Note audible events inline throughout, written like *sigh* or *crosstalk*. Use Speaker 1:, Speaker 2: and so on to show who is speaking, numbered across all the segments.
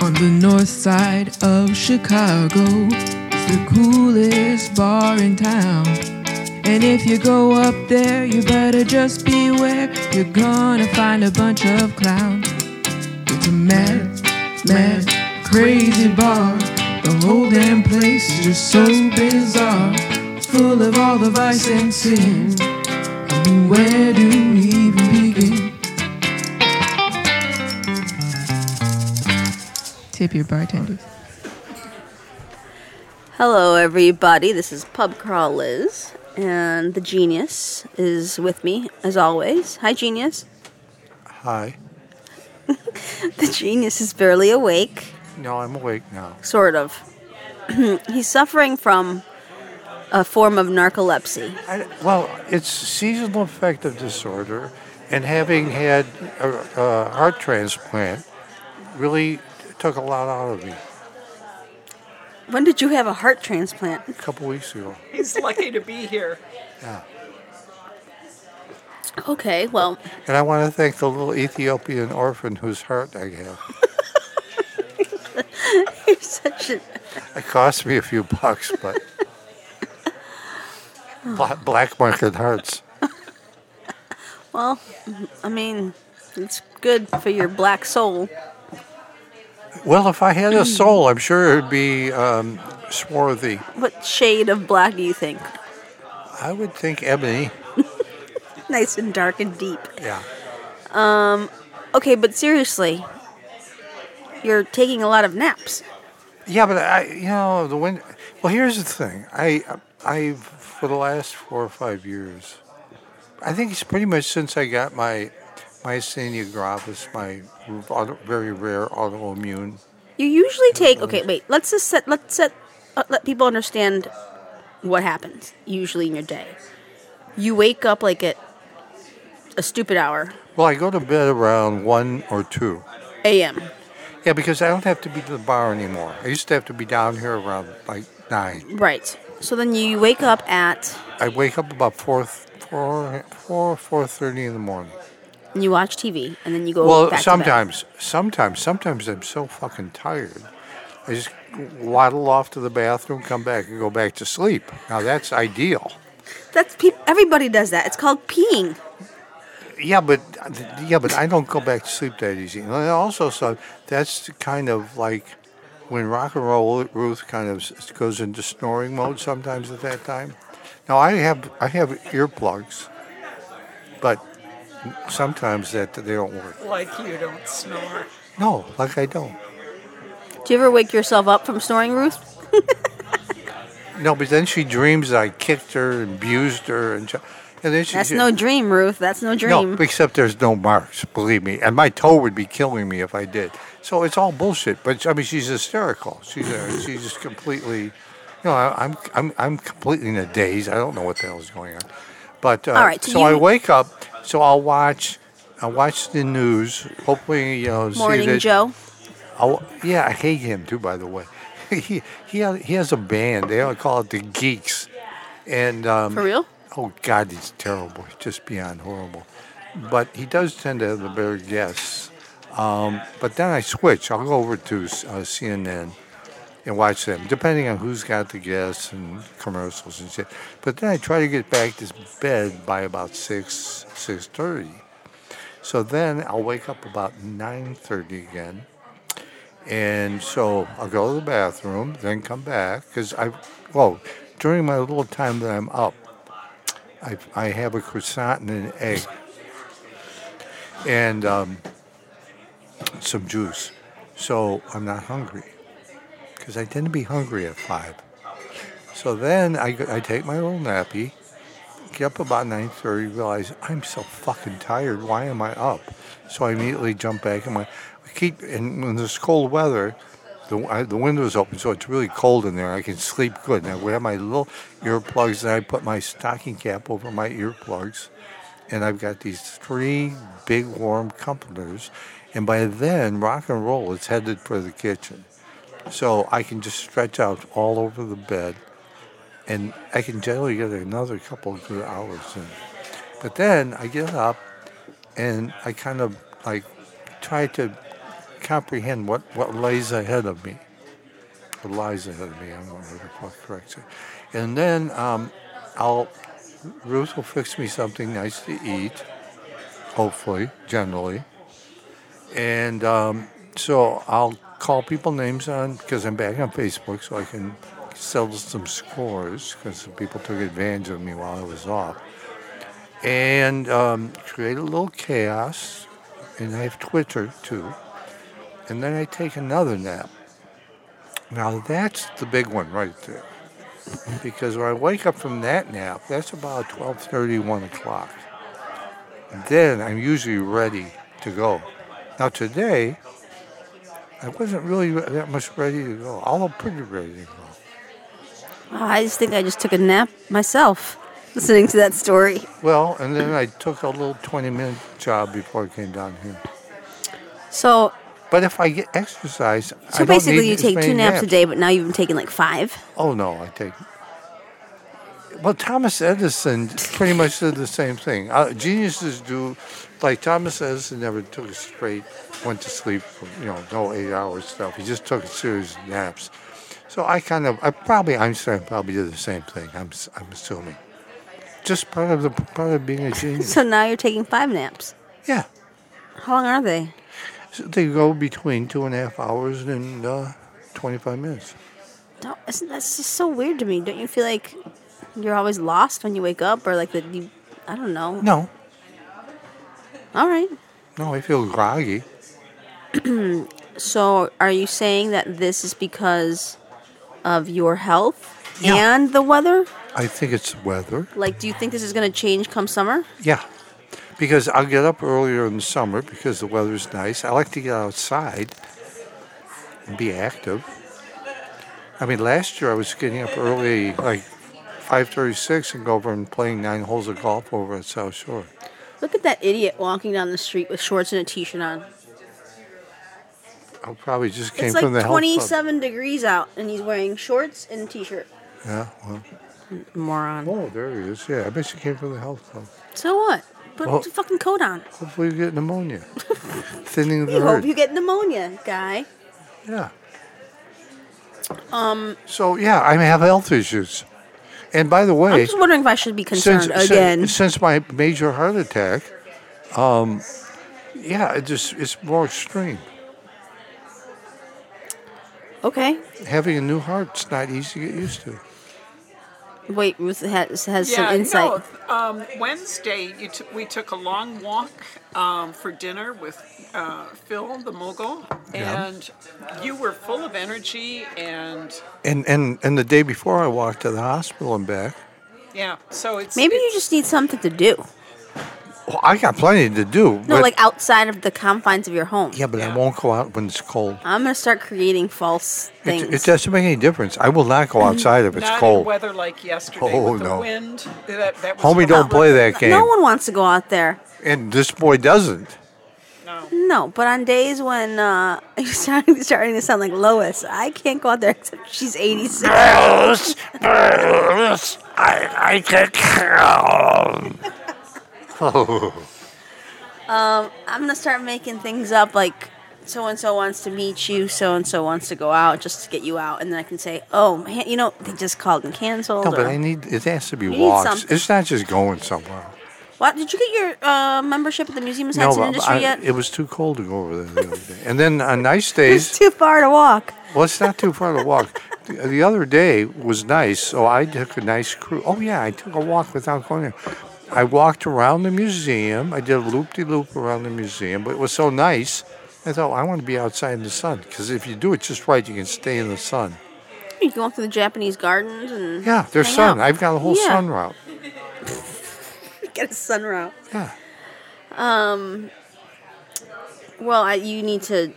Speaker 1: on the north side of Chicago. It's the coolest bar in town. And if you go up there, you better just beware. You're gonna find a bunch of clowns. It's a mad, mad, crazy bar. The whole damn place is just so bizarre. Full of all the vice and sin. I mean, where do we even begin? Tip your bartenders.
Speaker 2: Hello, everybody. This is Pub Crawl Liz, and the genius is with me as always. Hi, genius. *laughs*
Speaker 3: Hi.
Speaker 2: The genius is barely awake,
Speaker 3: No, I'm awake now.
Speaker 2: sort of. *clears throat* He's suffering from a form of narcolepsy.
Speaker 3: I, well, it's seasonal affective disorder, and having had a, a heart transplant really took a lot out of me
Speaker 2: When did you have a heart transplant?
Speaker 3: a couple weeks ago.
Speaker 4: He's lucky to be here.
Speaker 2: Okay, well,
Speaker 3: And I want to thank the little Ethiopian orphan whose heart I
Speaker 2: *laughs*
Speaker 3: have.
Speaker 2: you're such a.
Speaker 3: It cost me a few bucks, *laughs* but Bla- black market hearts.
Speaker 2: Well, I mean, it's good for your black soul.
Speaker 3: Well, if I had a soul, I'm sure it'd be um, swarthy.
Speaker 2: What shade of black do you think?
Speaker 3: I would think ebony.
Speaker 2: Nice and dark and deep.
Speaker 3: Yeah.
Speaker 2: Okay, but seriously, you're taking a lot of naps.
Speaker 3: Yeah, but I, you know, the wind. Well, here's the thing. I, I, for the last four or five years, I think it's pretty much since I got my myasthenia gravis, my auto, very rare autoimmune.
Speaker 2: You usually take okay. Wait, let's just set let's set uh, let people understand what happens usually in your day. You wake up like at a stupid hour
Speaker 3: Well, I go to bed around one or two.
Speaker 2: a.m.
Speaker 3: Yeah, because I don't have to be to the bar anymore. I used to have to be down here around like nine.
Speaker 2: Right. So then you wake up at
Speaker 3: I wake up about four, four, four, four thirty in the morning.
Speaker 2: and you watch TV and then you go.
Speaker 3: Well,
Speaker 2: back to bed.
Speaker 3: sometimes, sometimes, sometimes I'm so fucking tired. I just waddle off to the bathroom, come back, and go back to sleep. Now that's ideal.
Speaker 2: that's peop everybody does that. It's called peeing.
Speaker 3: Yeah, but yeah, but I don't go back to sleep that easy. And I also saw that's kind of like when rock and roll Ruth kind of s- goes into snoring mode sometimes at that time. Now I have I have earplugs, but sometimes that they don't work.
Speaker 4: Like you don't snore.
Speaker 3: No, like I don't.
Speaker 2: Do you ever wake yourself up from snoring, Ruth?
Speaker 3: No, but then she dreams that I kicked her and abused her, and, ch- and then she.
Speaker 2: That's
Speaker 3: she-
Speaker 2: no dream, Ruth. That's no dream.
Speaker 3: No, except there's no marks, believe me, and my toe would be killing me if I did. So it's all bullshit. But I mean, she's hysterical. She's a, she's just completely. No, I, I'm I'm I'm completely in a daze. I don't know what the hell is going on. But uh,
Speaker 2: All right, so
Speaker 3: I
Speaker 2: you-
Speaker 3: wake up. So I'll watch. I will watch the news. Hopefully, you know. see
Speaker 2: Morning,
Speaker 3: that,
Speaker 2: Joe.
Speaker 3: Oh yeah, I hate him too. By the way, *laughs* he he ha- he has a band. They all call it the Geeks, and um,
Speaker 2: For real?
Speaker 3: Oh God, he's terrible. He's just beyond horrible. But he does tend to have the better guests. Um, but then I switch. I'll go over to uh, CNN and watch them, depending on who's got the guests and commercials and shit. But then I try to get back to bed by about six six thirty. So then I'll wake up about 9:30 again. And so I'll go to the bathroom, then come back cuz I well, during my little time that I'm up, I I have a croissant and an egg. And um, some juice. So I'm not hungry. Cuz I tend to be hungry at 5. So then I, go- I take my little nappy get up about 9.30 realize i'm so fucking tired why am i up so i immediately jump back and my I keep and when there's cold weather the, I, the window's open so it's really cold in there i can sleep good and i would have my little earplugs and i put my stocking cap over my earplugs and i've got these three big warm comforters and by then rock and roll is headed for the kitchen so i can just stretch out all over the bed and I can generally get another couple of good hours in. But then I get up and I kind of like try to comprehend what, what lies ahead of me. What lies ahead of me, I don't know how to correct it. And then um, I'll, Ruth will fix me something nice to eat, hopefully, generally. And um, so I'll call people names on, because I'm back on Facebook, so I can settle some scores, because people took advantage of me while I was off and um, create a little chaos. And I have Twitter too. And then I take another nap. Now that's the big one right there. Because when I wake up from that nap, that's about 12:30, 1 o'clock. Then I'm usually ready to go. Now today, I wasn't really that much ready to go. Although pretty ready to go.
Speaker 2: Oh, I just think I just took a nap myself listening to that story.
Speaker 3: Well, and then I took a little 20-minute job before I came down here.
Speaker 2: So,
Speaker 3: But if I get exercise, I
Speaker 2: so
Speaker 3: don't
Speaker 2: basically,
Speaker 3: need
Speaker 2: you
Speaker 3: as
Speaker 2: take two
Speaker 3: many
Speaker 2: naps a day, but now you've been taking like five.
Speaker 3: Oh no, I take. Well, Thomas Edison pretty much did the same thing. Uh, geniuses do, like Thomas Edison never took a straight, went to sleep, for, you know, no eight-hour stuff. He just took a series of naps. So I kind of, I probably Einstein probably did the same thing. I'm, s- I'm assuming. Just part of the part of being
Speaker 2: *laughs*
Speaker 3: a genius.
Speaker 2: So now you're taking five naps.
Speaker 3: yeah,
Speaker 2: How long are they?
Speaker 3: so they go between two and a half hours and uh, twenty-five minutes.
Speaker 2: No, isn't that's just so weird to me? Don't you feel like you're always lost when you wake up, or like that you? I don't know.
Speaker 3: No,
Speaker 2: All right.
Speaker 3: no, I feel groggy.
Speaker 2: So, are you saying that this is because of your health and the weather?
Speaker 3: I think it's weather.
Speaker 2: Like, do you think this is going to change come summer?
Speaker 3: Yeah, because I'll get up earlier in the summer because the weather's nice. I like to get outside and be active. I mean, last year I was getting up early, like five thirty-six, and go over and playing nine holes of golf over at South Shore.
Speaker 2: Look at that idiot walking down the street with shorts and a t-shirt on.
Speaker 3: I probably just came
Speaker 2: It's
Speaker 3: from the
Speaker 2: like
Speaker 3: health club.
Speaker 2: 27 degrees out, and he's wearing shorts and t-shirt.
Speaker 3: Yeah. Well,
Speaker 2: Moron.
Speaker 3: oh, there he is. Yeah, I bet you came from the health club.
Speaker 2: So what? Put
Speaker 3: Well-
Speaker 2: the fucking coat on.
Speaker 3: Hopefully, you
Speaker 2: *laughs*
Speaker 3: get pneumonia, thinning the
Speaker 2: We hope
Speaker 3: herd.
Speaker 2: you get pneumonia, guy.
Speaker 3: Yeah. Um. So yeah, I have health issues, and by the way,
Speaker 2: I'm just wondering if I should be concerned
Speaker 3: since,
Speaker 2: again.
Speaker 3: Since, since my major heart attack, um, yeah, it just it's more extreme.
Speaker 2: okay.
Speaker 3: Having a new heart's not easy to get used to.
Speaker 2: Wait, Ruth has, has
Speaker 4: yeah,
Speaker 2: some insight.
Speaker 4: No, um, Wednesday, you t- we took a long walk um, for dinner with uh, Phil, the mogul,
Speaker 3: Yeah.
Speaker 4: and you were full of energy and.
Speaker 3: And and and the day before, I walked to the hospital and back.
Speaker 4: Yeah, so it's
Speaker 2: Maybe you
Speaker 4: it's-
Speaker 2: just need something to do.
Speaker 3: Well, I got plenty to do.
Speaker 2: No,
Speaker 3: but,
Speaker 2: like outside of the confines of your home.
Speaker 3: yeah, but I
Speaker 4: Yeah.
Speaker 3: won't go out when it's cold.
Speaker 2: I'm gonna start creating false things. Mm-hmm.
Speaker 3: It, it doesn't make any difference. I will not go outside if it's
Speaker 4: not in
Speaker 3: cold.
Speaker 4: weather like yesterday
Speaker 3: Oh,
Speaker 4: with the
Speaker 3: no.
Speaker 4: wind. That, that was
Speaker 3: Homie, don't
Speaker 4: horrible.
Speaker 3: play that game.
Speaker 2: no one wants to go out there.
Speaker 3: and this boy doesn't.
Speaker 4: No.
Speaker 2: No, but on days when uh, *laughs* you're starting, starting to sound like Lois, I can't go out there except she's 86.
Speaker 3: Bruce, Bruce, I, I can't come.
Speaker 2: I'm gonna start making things up like so and so wants to meet you, so and so wants to go out just to get you out, and then I can say, oh, man, you know, they just called and canceled.
Speaker 3: No, but
Speaker 2: or-
Speaker 3: I need, it has to be
Speaker 2: need
Speaker 3: walks.
Speaker 2: something.
Speaker 3: It's not just going somewhere.
Speaker 2: what did you get your uh, membership at the Museum of Science
Speaker 3: but
Speaker 2: and Industry
Speaker 3: I-
Speaker 2: yet?
Speaker 3: it was too cold to go over there the other day. And then on nice days,
Speaker 2: *laughs* it's too far to walk.
Speaker 3: well, it's not too far to walk. The, the other day was nice, so I took a nice cruise. Oh, yeah, I took a walk without going there. I walked around the museum. I did a loop de loop around the museum, but it was so nice. I thought, I want to be outside in the sun because if you do it just right, you can stay in the sun.
Speaker 2: You can walk through the Japanese gardens and
Speaker 3: Yeah, there's
Speaker 2: hang
Speaker 3: sun.
Speaker 2: out.
Speaker 3: I've got a whole
Speaker 2: Yeah.
Speaker 3: sun route.
Speaker 2: get a sun route.
Speaker 3: Yeah.
Speaker 2: Well, I, you need to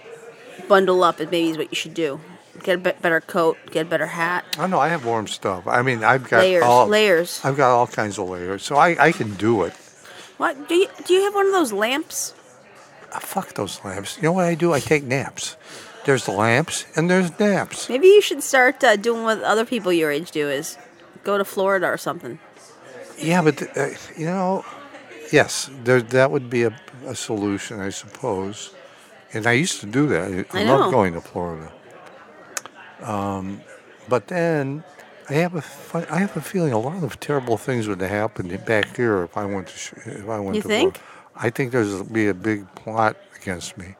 Speaker 2: bundle up. It maybe is what you should do. Get a bit better coat. Get a better hat.
Speaker 3: Oh, I know I have warm stuff. I mean, I've got
Speaker 2: Layers,
Speaker 3: all
Speaker 2: layers.
Speaker 3: I've got all kinds of layers, so I, I can do it.
Speaker 2: What do you do? You have one of those lamps?
Speaker 3: Ah, fuck those lamps. You know what I do? I take naps. There's lamps and there's naps.
Speaker 2: Maybe you should start uh, doing what other people your age do: is go to Florida or something.
Speaker 3: Yeah, but uh, you know, yes, there that would be a, a solution, I suppose. And I used to do that. I,
Speaker 2: I know.
Speaker 3: love going to Florida. Um, but then I have a fi- I have a feeling a lot of terrible things would happen back here if I went to sh- if I went
Speaker 2: You
Speaker 3: to
Speaker 2: think?
Speaker 3: Florida. I think there's be a big plot against me.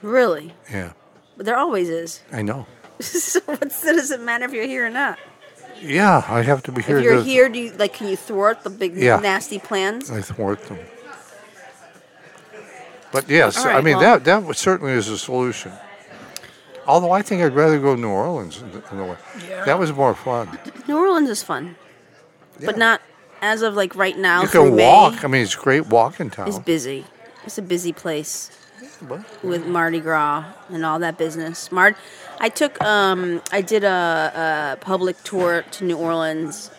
Speaker 2: Really?
Speaker 3: Yeah,
Speaker 2: But there always is. *laughs*
Speaker 3: I know.
Speaker 2: so what's, it doesn't matter if you're here or not.
Speaker 3: Yeah, I have to be here.
Speaker 2: If you're
Speaker 3: to-
Speaker 2: here, do you like? Can you thwart the big
Speaker 3: Yeah.
Speaker 2: nasty plans?
Speaker 3: I thwart them. But yes,
Speaker 2: All
Speaker 3: I
Speaker 2: right,
Speaker 3: mean
Speaker 2: well-
Speaker 3: that that was- certainly is a solution. Although I think I'd rather go to New Orleans in in a way.
Speaker 4: Yeah.
Speaker 3: That was more fun.
Speaker 2: New Orleans is fun, but
Speaker 3: Yeah.
Speaker 2: not as of like right now.
Speaker 3: You
Speaker 2: through
Speaker 3: can walk.
Speaker 2: May,
Speaker 3: I mean, it's a great walking town.
Speaker 2: It's busy. It's a busy place
Speaker 3: But-
Speaker 2: with Mardi Gras and all that business. Mard, I took um, I did a, a public tour to New Orleans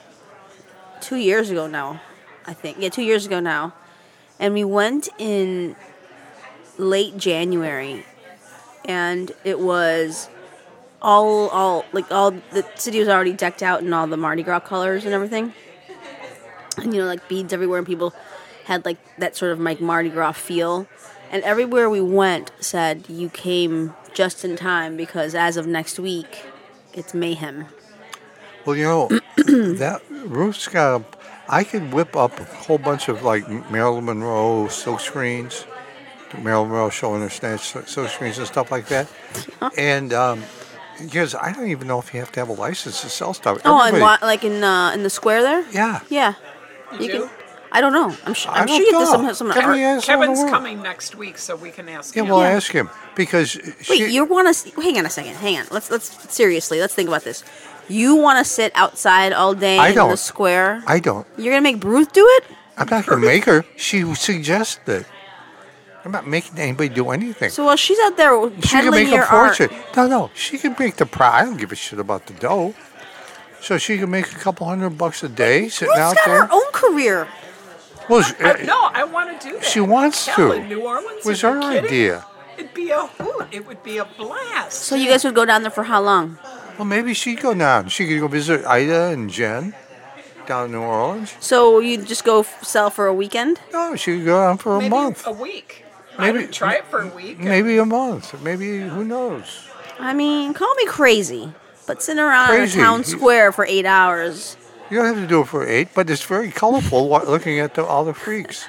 Speaker 2: two years ago now, I think. Yeah, two years ago now, and we went in late January, and it was all all like all the city was already decked out in all the Mardi Gras colors and everything, and you know like beads everywhere, and people had like that sort of like Mardi Gras feel, and everywhere we went said you came just in time because as of next week, it's mayhem.
Speaker 3: Well,
Speaker 2: *clears throat*
Speaker 3: you know, that Ruth's got. A, I could whip up a whole bunch of like Marilyn Monroe silk screens, Marilyn Monroe showing her snatch silk silk screens and stuff like that. And um, because I don't even know if you have to have a license to sell stuff.
Speaker 2: Oh, and
Speaker 3: Everybody-
Speaker 2: wa- like in uh, in the square there.
Speaker 3: yeah.
Speaker 2: Yeah. You,
Speaker 4: do?
Speaker 2: can. I don't know. I'm, su-
Speaker 3: I
Speaker 2: I'm
Speaker 3: don't
Speaker 2: sure you did some
Speaker 3: know.
Speaker 2: some
Speaker 3: Every
Speaker 2: art.
Speaker 3: asshole in the
Speaker 4: Kevin's
Speaker 3: world.
Speaker 4: coming next week, so we can ask
Speaker 3: Yeah,
Speaker 4: him.
Speaker 3: well,
Speaker 2: Yeah.
Speaker 3: ask him because
Speaker 2: Wait,
Speaker 3: she,
Speaker 2: you want to hang on a second. Hang on. Let's let's seriously. Let's think about this. You want to sit outside all day
Speaker 3: I
Speaker 2: in the
Speaker 3: don't.
Speaker 2: square?
Speaker 3: I don't.
Speaker 2: You're gonna make Ruth do it?
Speaker 3: I'm not going to make her. She suggested. it. I'm not making anybody do anything.
Speaker 2: So while she's out there peddling
Speaker 3: She can make
Speaker 2: your
Speaker 3: a fortune.
Speaker 2: art,
Speaker 3: No, no, she can make the price. I don't give a shit about the dough. So she can make a couple hundred bucks a day eh? sitting
Speaker 2: Ruth's
Speaker 3: out
Speaker 2: got
Speaker 3: there.
Speaker 2: her own career.
Speaker 3: Well, she,
Speaker 4: I, no, I want to do that.
Speaker 3: she wants
Speaker 4: Hell,
Speaker 3: to.
Speaker 4: in New Orleans
Speaker 3: was
Speaker 4: Are you
Speaker 3: her
Speaker 4: kidding?
Speaker 3: idea.
Speaker 4: It'd be a hoot. It would be a blast.
Speaker 2: So you guys would go down there for how long?
Speaker 3: Well, maybe she'd go down. She could go visit Ida and Jen down in New Orleans.
Speaker 2: So you just go f- sell for a weekend?
Speaker 3: No, she could go down for a
Speaker 4: Maybe
Speaker 3: month.
Speaker 4: A week.
Speaker 3: Maybe-
Speaker 4: I would try it for a week.
Speaker 3: Maybe a month. Maybe who knows?
Speaker 2: I mean, call me crazy, but sitting around
Speaker 3: Crazy.
Speaker 2: in a town square for eight hours.
Speaker 3: You don't have to do it for eight, but it's very colorful *laughs* wa- looking at the, all the freaks.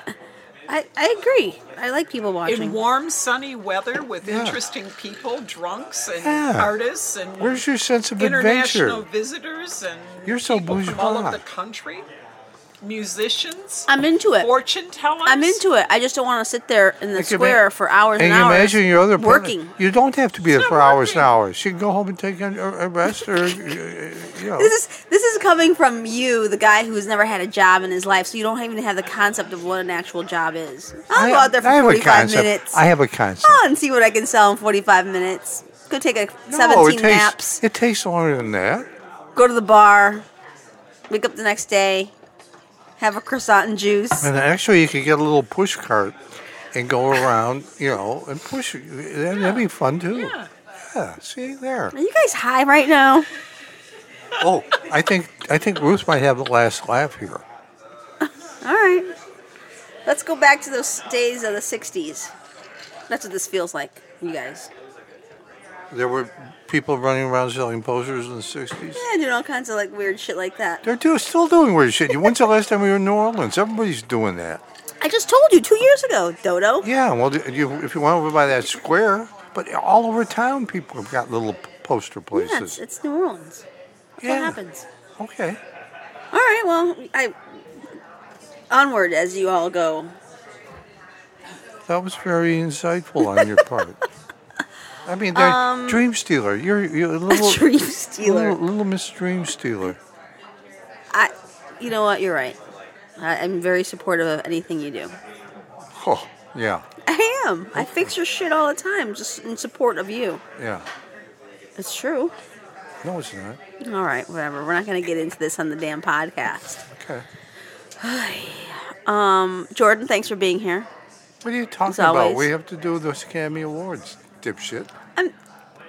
Speaker 2: I, I agree. I like people watching.
Speaker 4: in warm, sunny weather with
Speaker 3: Yeah.
Speaker 4: interesting people, drunks and
Speaker 3: Yeah.
Speaker 4: artists and
Speaker 3: Where's your sense of
Speaker 4: international
Speaker 3: adventure?
Speaker 4: visitors and
Speaker 3: You're so
Speaker 4: people from all
Speaker 3: bourgeois.
Speaker 4: over the country, musicians,
Speaker 2: I'm into it.
Speaker 4: fortune tellers.
Speaker 2: I'm into it. I just don't want to sit there in the
Speaker 3: Like you
Speaker 2: square
Speaker 3: ma-
Speaker 2: for hours and,
Speaker 3: and you
Speaker 2: hours.
Speaker 3: imagine your other partner-
Speaker 2: working.
Speaker 3: You don't have to be there
Speaker 4: not
Speaker 3: for hours and
Speaker 4: working.
Speaker 3: hours. She can go home and take a, a rest, or uh, you know.
Speaker 2: This is this is coming from you, the guy who's never had a job in his life, so you don't even have the concept of what an actual job is. I'll
Speaker 3: I-
Speaker 2: go out there for
Speaker 3: I have a
Speaker 2: 45
Speaker 3: concept.
Speaker 2: minutes. Oh,
Speaker 3: I have a concept.
Speaker 2: I'll and see what I can sell in 45 minutes. Go take a
Speaker 3: no, it
Speaker 2: 17
Speaker 3: takes
Speaker 2: naps.
Speaker 3: it takes longer than that.
Speaker 2: Go to the bar. Wake up the next day. Have a croissant and juice.
Speaker 3: And actually, you could get a little push cart and go around, you know, and push. it. That'd, that'd be fun too.
Speaker 4: Yeah.
Speaker 3: Yeah, see there.
Speaker 2: Are you guys high right now?
Speaker 3: Oh, I think I think Ruth might have the last laugh here.
Speaker 2: All right. Let's go back to those days of the 60s. That's what this feels like, you guys.
Speaker 3: There were people running around selling posters in the '60s.
Speaker 2: Yeah, doing all kinds of like weird shit like that.
Speaker 3: They're do, still doing weird shit. When's the last time we were in New Orleans? Everybody's doing that.
Speaker 2: I just told you two years ago, Dodo.
Speaker 3: Yeah, well, do- you, if you went over by that square, but all over town, people have got little p- poster
Speaker 2: Yeah, it's,
Speaker 3: places.
Speaker 2: it's New Orleans. That's
Speaker 3: Yeah.
Speaker 2: what happens.
Speaker 3: Okay.
Speaker 2: All right, well, I onward as you all go. *laughs*
Speaker 3: That was very insightful on your part. I mean, they're Dream Stealer. You're, you're a little,
Speaker 2: Um, A dream stealer.
Speaker 3: little, little Miss Dream Stealer.
Speaker 2: I, you know what? You're right. I, I'm very supportive of anything you do.
Speaker 3: Oh, yeah,
Speaker 2: I am. I fix your shit all the time, just in support of you.
Speaker 3: yeah.
Speaker 2: It's true.
Speaker 3: No, it's not.
Speaker 2: All right, whatever. We're not gonna get into this on the damn podcast.
Speaker 3: Okay.
Speaker 2: Um, Jordan, thanks for being here.
Speaker 3: What are you talking
Speaker 2: As
Speaker 3: about?
Speaker 2: always.
Speaker 3: We have to do those Academy Awards, dipshit.
Speaker 2: I'm.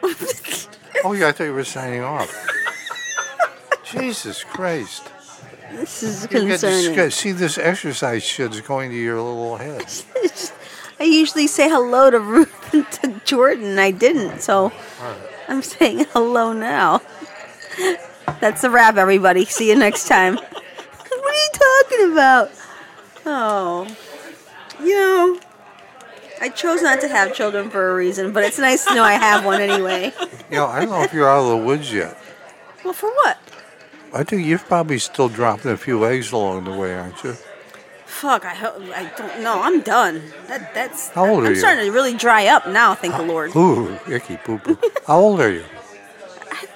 Speaker 2: *laughs*
Speaker 3: Oh, yeah, I thought you were signing off. Jesus Christ.
Speaker 2: this is
Speaker 3: You get
Speaker 2: concerning.
Speaker 3: disgust- See,
Speaker 2: *laughs*
Speaker 3: this exercise shit's going to your little head.
Speaker 2: I usually say hello to Ruth and to Jordan. I didn't. So I'm saying hello now. That's the wrap, everybody. See you next time. *laughs* what are you talking about? Oh, you know, I chose not to have children for a reason, but it's nice to know I have one anyway.
Speaker 3: You know, I don't know if you're out of the woods yet.
Speaker 2: *laughs* Well, for what?
Speaker 3: I think you're probably still dropping a few eggs along the way, aren't you?
Speaker 2: Fuck, I hope I don't know. I'm done. That that's.
Speaker 3: How old
Speaker 2: I'm
Speaker 3: are you?
Speaker 2: starting to really dry up now. Thank the Lord.
Speaker 3: Ooh, icky poo poo. How old are you?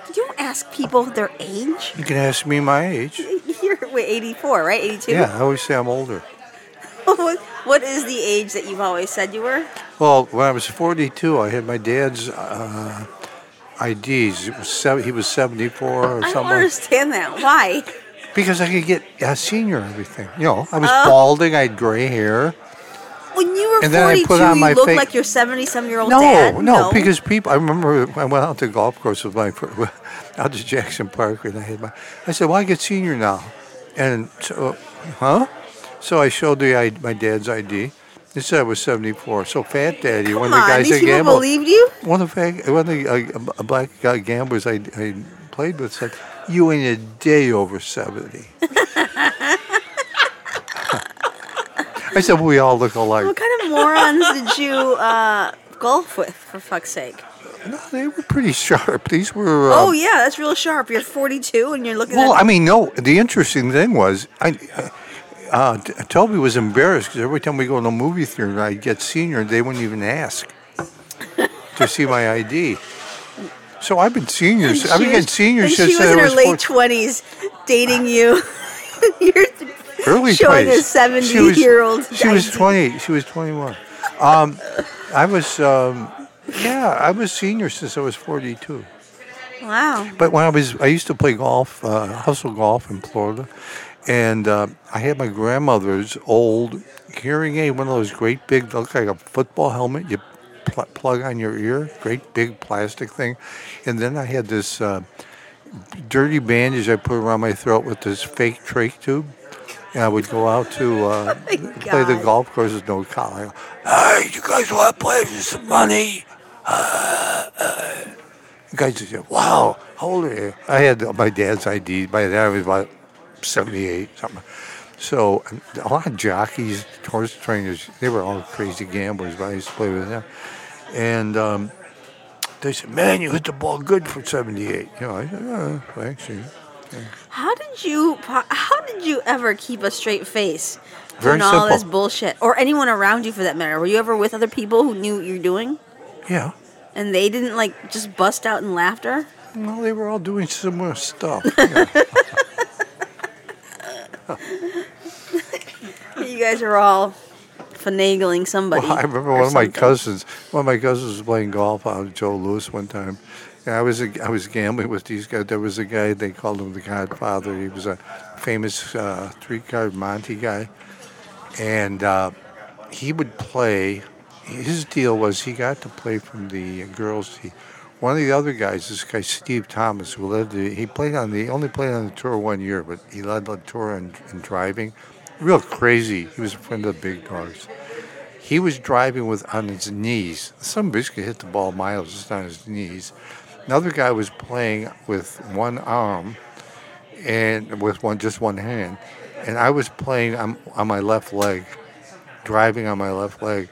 Speaker 2: You don't ask people their age.
Speaker 3: You can ask me my age.
Speaker 2: *laughs* You're wait, 84, right? 82.
Speaker 3: Yeah, I always say I'm older.
Speaker 2: *laughs* What- what is the age that you've always said you were?
Speaker 3: Well, when I was 42, I had my dad's uh, IDs. It was seven, he was 74 or
Speaker 2: I don't
Speaker 3: something. like-
Speaker 2: understand that. Why?
Speaker 3: Because I could get a senior everything. You know, I was
Speaker 2: Oh.
Speaker 3: balding, I had gray hair.
Speaker 2: When you were
Speaker 3: And then I
Speaker 2: 42,
Speaker 3: put on my
Speaker 2: you looked
Speaker 3: fake-
Speaker 2: like your 70 some year old
Speaker 3: no,
Speaker 2: Oh, dad.
Speaker 3: no, because people. I remember I went out to the golf course with my fr- *laughs* out to Jackson Park, and I had my. I said, "Well, I get senior now," and so, huh? So I showed the I- my dad's ID. It said I was seventy four. So Fat Daddy,
Speaker 2: Come
Speaker 3: one
Speaker 2: on,
Speaker 3: of the guys
Speaker 2: these
Speaker 3: that
Speaker 2: people
Speaker 3: gambled,
Speaker 2: believed you?
Speaker 3: one of the one of the uh, uh, black guy gamblers I, I played with said, "You ain't a day over 70. *laughs* I said, "We all look alike."
Speaker 2: What kind of morons did you uh, golf with, for fuck's sake?
Speaker 3: No, they were pretty sharp. These were. uh,
Speaker 2: oh, yeah, that's real sharp. You're 42 and you're looking
Speaker 3: Well,
Speaker 2: at.
Speaker 3: I mean, no. The interesting thing was, I, uh, T- Toby was embarrassed because every time we go to a movie theater, I get senior, they wouldn't even ask to see my ID. So I've been senior.
Speaker 2: and
Speaker 3: I've been
Speaker 2: she
Speaker 3: getting
Speaker 2: was-
Speaker 3: senior
Speaker 2: and
Speaker 3: since
Speaker 2: She was
Speaker 3: I
Speaker 2: in her
Speaker 3: was
Speaker 2: late
Speaker 3: 14
Speaker 2: 20s dating you. *laughs* you're *laughs*
Speaker 3: early
Speaker 2: showing a
Speaker 3: 20s. She was-
Speaker 2: 70 year old.
Speaker 3: She was 20. She was 21. Um, I was. Um, yeah, I was senior since I was 42.
Speaker 2: Wow.
Speaker 3: But when I was, I used to play golf, uh, hustle golf in Florida, and uh, I had my grandmother's old hearing aid, one of those great big, look like a football helmet you pl- plug on your ear, great big plastic thing, and then I had this uh, dirty bandage I put around my throat with this fake trach tube. And I would go
Speaker 2: *laughs*
Speaker 3: out to uh,
Speaker 2: Oh my
Speaker 3: play the
Speaker 2: God.
Speaker 3: golf courses, no collar. Hey, you guys want to play for some money? Uh, The guy just said, "Wow, how old are you?" I had my dad's ID. By then I was about seventy-eight, something. So and a lot of jockeys, horse trainers, they were all crazy gamblers. But I used to play with them, and um, they said, "Man, you hit the ball good for seventy-eight." You know, I said, oh, "Thanks." you know."
Speaker 2: How did you? po- How did you ever keep a straight face
Speaker 3: Very
Speaker 2: when all
Speaker 3: simple.
Speaker 2: this bullshit, or anyone around you for that matter? Were you ever with other people who knew what you were doing,
Speaker 3: Yeah.
Speaker 2: and they didn't like just bust out in laughter?
Speaker 3: Well, they were all doing similar stuff. Yeah.
Speaker 2: You guys are all finagling somebody.
Speaker 3: Well, I remember
Speaker 2: or
Speaker 3: one of my
Speaker 2: something.
Speaker 3: cousins. One of my cousins was playing golf out at Joe Lewis one time, and I was I was gambling with these guys. There was a guy they called him the Godfather. He was a famous uh, three card Monte guy, and uh, he would play. His deal was he got to play from the girls' team. One of the other guys, this guy Steve Thomas, who led the he played on the only played on the tour one year, but he led the tour in, in driving. Real crazy. He was a friend of the big dogs. He was driving with on his knees. Some bitch could hit the ball miles just on his knees. Another guy was playing with one arm and with one just one hand, and I was playing on, on my left leg, driving on my left leg,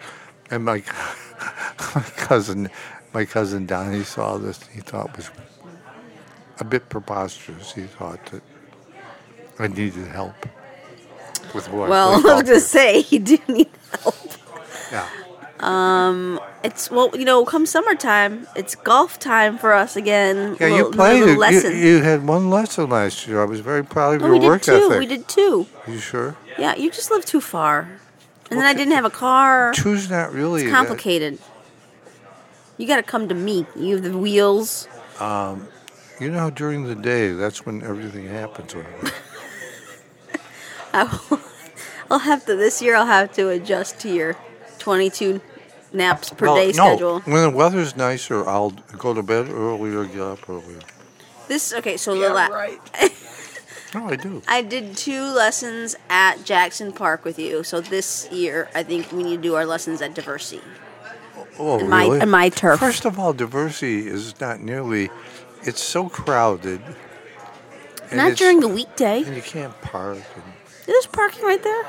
Speaker 3: and my *laughs* my cousin, my cousin Donnie saw this. And he thought it was a bit preposterous. He thought that I needed help with who
Speaker 2: Well, *laughs*
Speaker 3: I
Speaker 2: I
Speaker 3: played
Speaker 2: was
Speaker 3: golf
Speaker 2: gonna
Speaker 3: with.
Speaker 2: say you do need help.
Speaker 3: yeah.
Speaker 2: It's well, you know, come summertime, it's golf time for us again.
Speaker 3: Yeah,
Speaker 2: Little-
Speaker 3: you
Speaker 2: another
Speaker 3: played.
Speaker 2: little
Speaker 3: it.
Speaker 2: lesson.
Speaker 3: You, you had one lesson last year. I was very proud of
Speaker 2: no,
Speaker 3: your
Speaker 2: we did
Speaker 3: work
Speaker 2: two.
Speaker 3: ethic.
Speaker 2: We did two.
Speaker 3: Are you sure?
Speaker 2: Yeah, you just live too far, and then I didn't have a car.
Speaker 3: Two's not really
Speaker 2: It's
Speaker 3: that-
Speaker 2: complicated. You got to come to me. You have the wheels.
Speaker 3: You know, during the day, that's when
Speaker 2: *laughs*
Speaker 3: everything happens. around here.
Speaker 2: I will, *laughs* I'll have to this year. I'll have to adjust to your 22 naps per
Speaker 3: Well,
Speaker 2: day
Speaker 3: no,
Speaker 2: schedule.
Speaker 3: when the weather's nicer, I'll go to bed earlier, get up earlier.
Speaker 2: This okay. So the
Speaker 4: Yeah,
Speaker 2: la-
Speaker 4: right.
Speaker 3: No, I do.
Speaker 2: I did two lessons at Jackson Park with you. So this year, I think we need to do our lessons at Diversity.
Speaker 3: Oh,
Speaker 2: and my
Speaker 3: really?
Speaker 2: and my turf.
Speaker 3: First of all, diversity is not nearly. It's so crowded. And
Speaker 2: Not
Speaker 3: it's-
Speaker 2: during the weekday.
Speaker 3: And you can't park. And
Speaker 2: There's parking right there.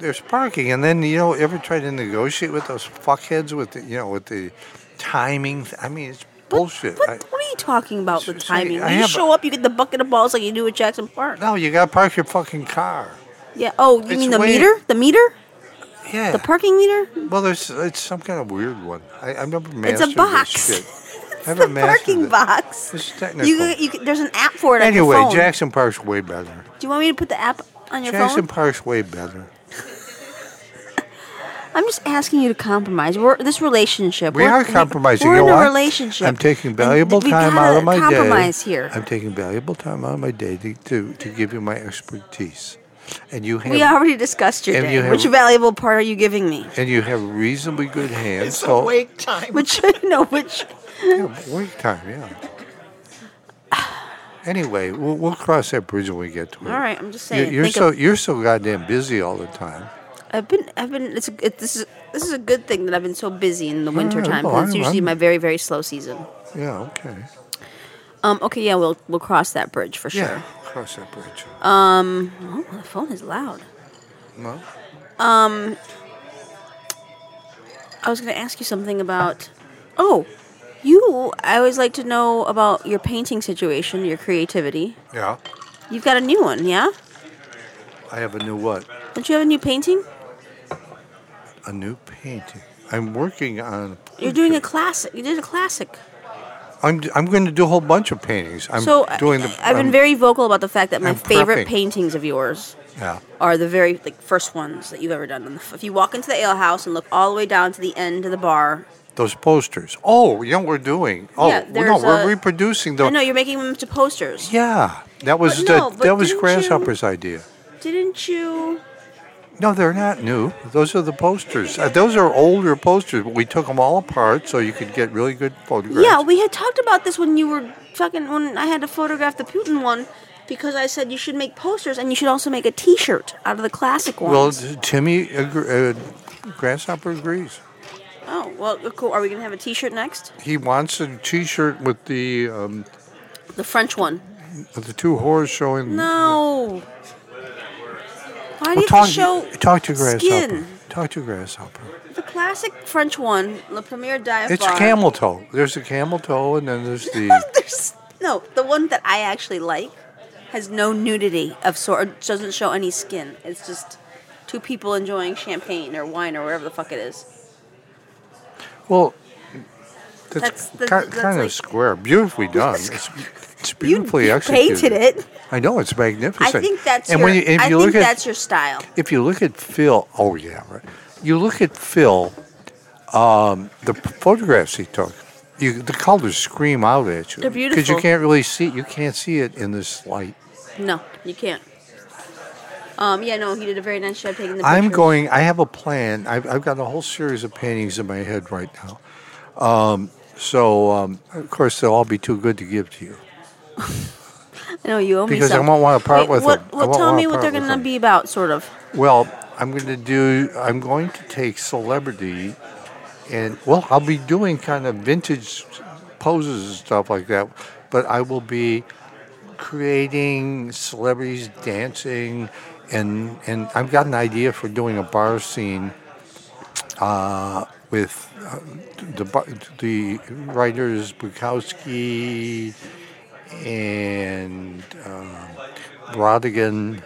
Speaker 3: there's parking, and then you know, ever try to negotiate with those fuckheads with the, you know, with the timing? th- I mean, it's bullshit.
Speaker 2: What,
Speaker 3: I-
Speaker 2: what are you talking about with
Speaker 3: See,
Speaker 2: timing?
Speaker 3: I
Speaker 2: When you
Speaker 3: have a-
Speaker 2: show up, you get the bucket of balls like you do at Jackson Park.
Speaker 3: no, you gotta park your fucking car.
Speaker 2: Yeah. Oh, you
Speaker 3: It's
Speaker 2: mean the
Speaker 3: way-
Speaker 2: meter? The meter?
Speaker 3: Yeah.
Speaker 2: The parking meter?
Speaker 3: Well, there's it's some kind of weird one. I, I've never
Speaker 2: It's a
Speaker 3: mastered
Speaker 2: box.
Speaker 3: this shit.
Speaker 2: *laughs*
Speaker 3: I
Speaker 2: The
Speaker 3: haven't mastered
Speaker 2: parking
Speaker 3: it.
Speaker 2: box.
Speaker 3: It's
Speaker 2: You,
Speaker 3: technical.
Speaker 2: you, can- there's an app for it
Speaker 3: anyway,
Speaker 2: on your phone.
Speaker 3: Jackson Park's way better.
Speaker 2: Do you want me to put the app on your
Speaker 3: Jackson
Speaker 2: phone?
Speaker 3: Park's way better.
Speaker 2: I'm just asking you to compromise. We're this relationship.
Speaker 3: We
Speaker 2: we're,
Speaker 3: are compromising.
Speaker 2: We're
Speaker 3: you
Speaker 2: in
Speaker 3: know
Speaker 2: a
Speaker 3: what?
Speaker 2: relationship.
Speaker 3: I'm taking
Speaker 2: And
Speaker 3: valuable
Speaker 2: we
Speaker 3: time
Speaker 2: gotta
Speaker 3: out of my day.
Speaker 2: compromise here.
Speaker 3: I'm taking valuable time out of my day to, to, to give you my expertise, and you have
Speaker 2: we already discussed your
Speaker 3: If
Speaker 2: day.
Speaker 3: you have-
Speaker 2: Which valuable part are you giving me?
Speaker 3: and you have reasonably good hands.
Speaker 4: It's
Speaker 3: so
Speaker 4: awake time.
Speaker 2: Which *laughs* no, which
Speaker 3: yeah, wait time, yeah. Anyway, we'll, we'll cross that bridge when we get to it.
Speaker 2: All right, I'm just
Speaker 3: You're,
Speaker 2: saying.
Speaker 3: you're
Speaker 2: think
Speaker 3: so
Speaker 2: of-
Speaker 3: you're so goddamn busy all the time.
Speaker 2: I've been, I've been. It's a, it, this is this is a good thing that I've been so busy in the winter time.
Speaker 3: well,
Speaker 2: 'cause it's
Speaker 3: I'm-
Speaker 2: usually
Speaker 3: I'm-
Speaker 2: my very very slow season.
Speaker 3: Yeah. Okay.
Speaker 2: Um. Okay. Yeah. We'll we'll cross that bridge for sure.
Speaker 3: Yeah. Cross that bridge.
Speaker 2: Oh, the phone is loud.
Speaker 3: well,
Speaker 2: I was going to ask you something about. Oh, you. I always like to know about your painting situation, your creativity.
Speaker 3: yeah.
Speaker 2: You've got a new one, yeah?
Speaker 3: I have a new what?
Speaker 2: Don't you have a new painting?
Speaker 3: A new painting. I'm working on. a
Speaker 2: You're doing a
Speaker 3: portrait.
Speaker 2: classic. You did a classic.
Speaker 3: I'm, I'm going to do a whole bunch of paintings. I'm
Speaker 2: so
Speaker 3: doing the.
Speaker 2: I, have been
Speaker 3: I'm-
Speaker 2: very vocal about the fact that my
Speaker 3: I'm
Speaker 2: favorite
Speaker 3: prepping.
Speaker 2: paintings of yours
Speaker 3: Yeah.
Speaker 2: are the very like first ones that you've ever done. And If you walk into the ale house and look all the way down to the end of the bar,
Speaker 3: Those posters. Oh, you know we're doing. Oh,
Speaker 2: Yeah,
Speaker 3: well, no,
Speaker 2: there's
Speaker 3: we're
Speaker 2: a-
Speaker 3: reproducing the.
Speaker 2: I know you're making them into posters.
Speaker 3: Yeah, that was
Speaker 2: But
Speaker 3: the
Speaker 2: no, but
Speaker 3: that was
Speaker 2: didn't you-
Speaker 3: Grasshopper's idea.
Speaker 2: Didn't you?
Speaker 3: No, they're not new. Those are the posters. Uh, those are older posters, but we took them all apart so you could get really good photographs.
Speaker 2: Yeah, we had talked about this when you were fucking when I had to photograph the Putin one because I said you should make posters and you should also make a T-shirt out of the classic ones.
Speaker 3: well, t- Timmy, agr- uh, Grasshopper agrees.
Speaker 2: oh well, cool. Are we gonna have a T-shirt next?
Speaker 3: He wants a T-shirt with the um,
Speaker 2: The French one.
Speaker 3: with the two whores showing.
Speaker 2: No. Why do
Speaker 3: Well,
Speaker 2: you have
Speaker 3: talk,
Speaker 2: to show
Speaker 3: talk to Grasshopper.
Speaker 2: skin?
Speaker 3: Talk to Grasshopper.
Speaker 2: The classic French one, La Première Dive
Speaker 3: It's
Speaker 2: Bar.
Speaker 3: camel toe. There's a camel toe, and then there's the.
Speaker 2: *laughs* There's- no, the one that I actually like has no nudity of sort. or Doesn't show any skin. It's just two people enjoying champagne or wine or whatever the fuck it is.
Speaker 3: Well,
Speaker 2: That's-
Speaker 3: that's,
Speaker 2: that-
Speaker 3: ki-
Speaker 2: that's
Speaker 3: kind
Speaker 2: like-
Speaker 3: of square. Beautifully done. It's, it's beautifully
Speaker 2: you
Speaker 3: executed.
Speaker 2: painted it.
Speaker 3: I know it's
Speaker 2: I
Speaker 3: magnificent.
Speaker 2: think that's
Speaker 3: and
Speaker 2: your.
Speaker 3: when you, if
Speaker 2: I
Speaker 3: you
Speaker 2: think
Speaker 3: look at
Speaker 2: that's your style.
Speaker 3: if you look at Phil. Oh yeah, right. You look at Phil. Um, the p- photographs he took. You, the colors scream out at you
Speaker 2: They're
Speaker 3: you
Speaker 2: beautiful.
Speaker 3: can't really see. You can't see it in this light.
Speaker 2: No, you can't. Um. Yeah. No. He did a very nice job taking the.
Speaker 3: I'm
Speaker 2: pictures.
Speaker 3: going. I have a plan. I've, I've got a whole series of paintings in my head right now. Um, so um, of course they'll all be too good to give to you.
Speaker 2: I know you owe me
Speaker 3: Because I
Speaker 2: some.
Speaker 3: won't wanna part
Speaker 2: Wait,
Speaker 3: with
Speaker 2: what,
Speaker 3: them. I
Speaker 2: What?
Speaker 3: won't
Speaker 2: Tell
Speaker 3: wanna
Speaker 2: me what
Speaker 3: part
Speaker 2: they're
Speaker 3: with
Speaker 2: gonna
Speaker 3: them.
Speaker 2: be about, sort of.
Speaker 3: Well, I'm going to do. I'm going to take celebrity, and well, I'll be doing kind of vintage poses and stuff like that. But I will be creating celebrities dancing, and and I've got an idea for doing a bar scene uh, with uh, the bar- the writers Bukowski and um Brodigan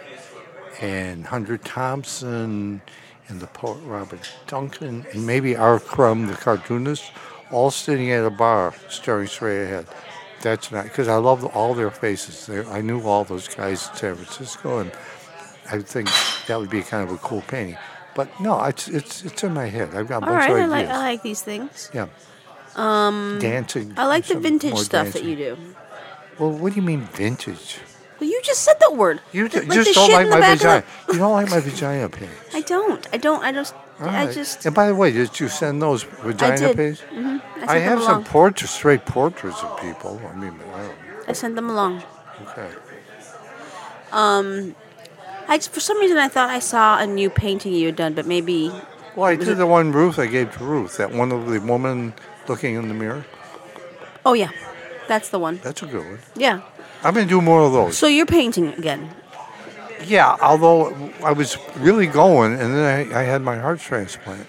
Speaker 3: and Hunter Thompson and the poet Robert Duncan and maybe R. Crumb, the cartoonist, all sitting at a bar staring straight ahead. That's not because I love all their faces. They, I knew all those guys in San Francisco, and I think that would be kind of a cool painting. But no, it's it's it's in my head. I've got a
Speaker 2: All
Speaker 3: bunch
Speaker 2: right. I
Speaker 3: of
Speaker 2: like.
Speaker 3: ideas.
Speaker 2: I like these things.
Speaker 3: yeah. Um, dancing.
Speaker 2: I like the
Speaker 3: some
Speaker 2: vintage
Speaker 3: more
Speaker 2: stuff that
Speaker 3: dancing.
Speaker 2: you do.
Speaker 3: Well, what do you mean vintage?
Speaker 2: Well, you just said that word.
Speaker 3: You
Speaker 2: Th-
Speaker 3: d-
Speaker 2: like the
Speaker 3: just don't
Speaker 2: shit
Speaker 3: like
Speaker 2: in the
Speaker 3: my
Speaker 2: back of the-
Speaker 3: vagina. *laughs* You don't like my vagina painting.
Speaker 2: I don't. I don't. I just.
Speaker 3: All
Speaker 2: I
Speaker 3: right.
Speaker 2: just.
Speaker 3: And by the way, did you send those vagina
Speaker 2: did. Mm-hmm.
Speaker 3: pages?
Speaker 2: I, sent
Speaker 3: I have
Speaker 2: them
Speaker 3: some
Speaker 2: along.
Speaker 3: portraits, straight portraits of people. I mean, I don't,
Speaker 2: I sent them along.
Speaker 3: okay.
Speaker 2: Um, I just, for some reason I thought I saw a new painting you had done, but maybe
Speaker 3: Well, I did the one Ruth I gave to Ruth, that one of the woman looking in the mirror.
Speaker 2: Oh yeah, that's the one.
Speaker 3: That's a good one.
Speaker 2: Yeah.
Speaker 3: I'm going to do more of those.
Speaker 2: So you're painting again.
Speaker 3: Yeah, although I was really going, and then I, I had my heart transplant.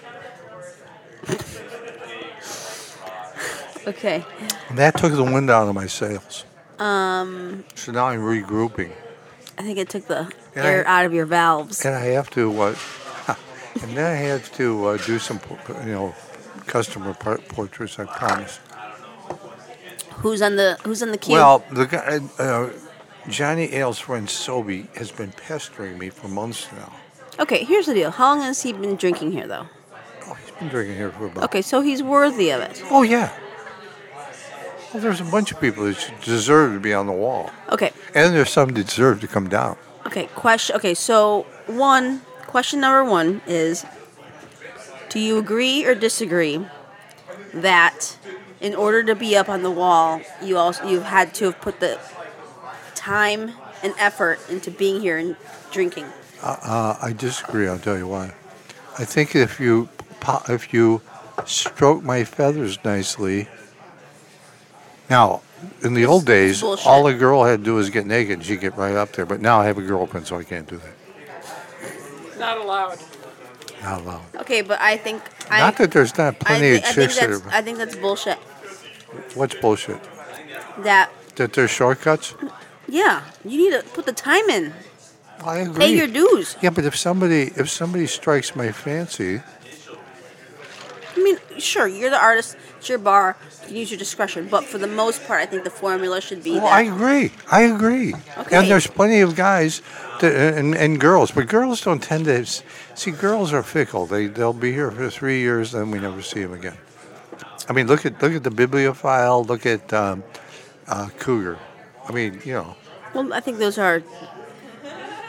Speaker 2: Okay.
Speaker 3: And that took the wind out of my sails. Um. So now I'm regrouping,
Speaker 2: I think it took the
Speaker 3: And I-
Speaker 2: air out of your valves.
Speaker 3: and I have to, uh, *laughs* and then I have to uh, do some, por- you know, customer por- portraits. I promise.
Speaker 2: Who's on the Who's on the queue?
Speaker 3: Well, the guy, uh, Johnny Ailes' friend Sobey has been pestering me for months now.
Speaker 2: okay. Here's the deal. How long has he been drinking here though?
Speaker 3: Oh, he's been drinking here for about.
Speaker 2: Okay, so he's worthy of it.
Speaker 3: Oh yeah. Well, there's a bunch of people that deserve to be on the wall,
Speaker 2: Okay.
Speaker 3: and there's some that deserve to come down.
Speaker 2: Okay. Question. Okay. So one question number one is: Do you agree or disagree that in order to be up on the wall, you also you had to have put the time and effort into being here and drinking?
Speaker 3: Uh, I disagree. I'll tell you why. I think if you po- if you stroke my feathers nicely. Now, in the old days,
Speaker 2: Bullshit.
Speaker 3: all a girl had to do was get naked, and she'd get right up there. But now I have a girlfriend, so I can't do that.
Speaker 4: Not allowed.
Speaker 3: Not allowed.
Speaker 2: Okay, but I think I
Speaker 3: Not that there's not
Speaker 2: I,
Speaker 3: plenty
Speaker 2: think, I think
Speaker 3: of chicks that
Speaker 2: that's
Speaker 3: are.
Speaker 2: I think that's bullshit.
Speaker 3: What's bullshit?
Speaker 2: That
Speaker 3: That there's shortcuts?
Speaker 2: yeah, you need to put the time in,
Speaker 3: I agree.
Speaker 2: pay your dues.
Speaker 3: Yeah, but if somebody if somebody strikes my fancy,
Speaker 2: I mean, sure, you're the artist, it's your bar, you can use your discretion, but for the most part, I think the formula should be
Speaker 3: well, I
Speaker 2: that.
Speaker 3: agree. I agree.
Speaker 2: Okay.
Speaker 3: And there's plenty of guys that, uh, and, and girls, but girls don't tend to s- see. Girls are fickle. They they'll be here for three years, then we never see them again. I mean, look at look at the bibliophile. Look at um, uh, Cougar. I mean, you know,
Speaker 2: well, I think those are.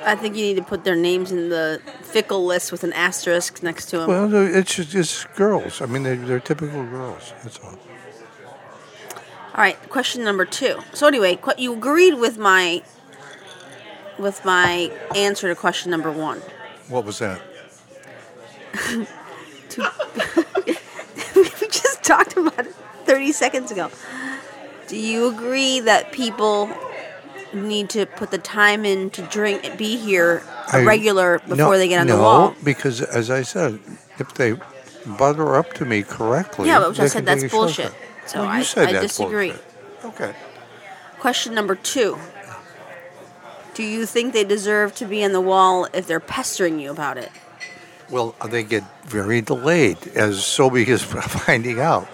Speaker 2: I think you need to put their names in the fickle list with an asterisk next to them.
Speaker 3: well, it's just it's girls. I mean, they're, they're typical girls. That's all.
Speaker 2: All right, question number two. So anyway, qu- you agreed with my with my answer to question number one.
Speaker 3: What was that?
Speaker 2: *laughs* we just talked about it 30 seconds ago. Do you agree that people need to put the time in to drink, be here a
Speaker 3: I-
Speaker 2: regular
Speaker 3: no-
Speaker 2: before they get on
Speaker 3: no,
Speaker 2: the wall?
Speaker 3: because as I said, if they butter up to me correctly,
Speaker 2: Yeah, but which I
Speaker 3: they
Speaker 2: said
Speaker 3: can
Speaker 2: that's
Speaker 3: take a shortcut.
Speaker 2: bullshit. So
Speaker 3: Well, you
Speaker 2: I-
Speaker 3: said
Speaker 2: I
Speaker 3: that's
Speaker 2: disagree.
Speaker 3: bullshit. Okay.
Speaker 2: Question number two. Do you think they deserve to be on the wall if they're pestering you about it?
Speaker 3: Well, they get very delayed, as Sobey is *laughs* finding out.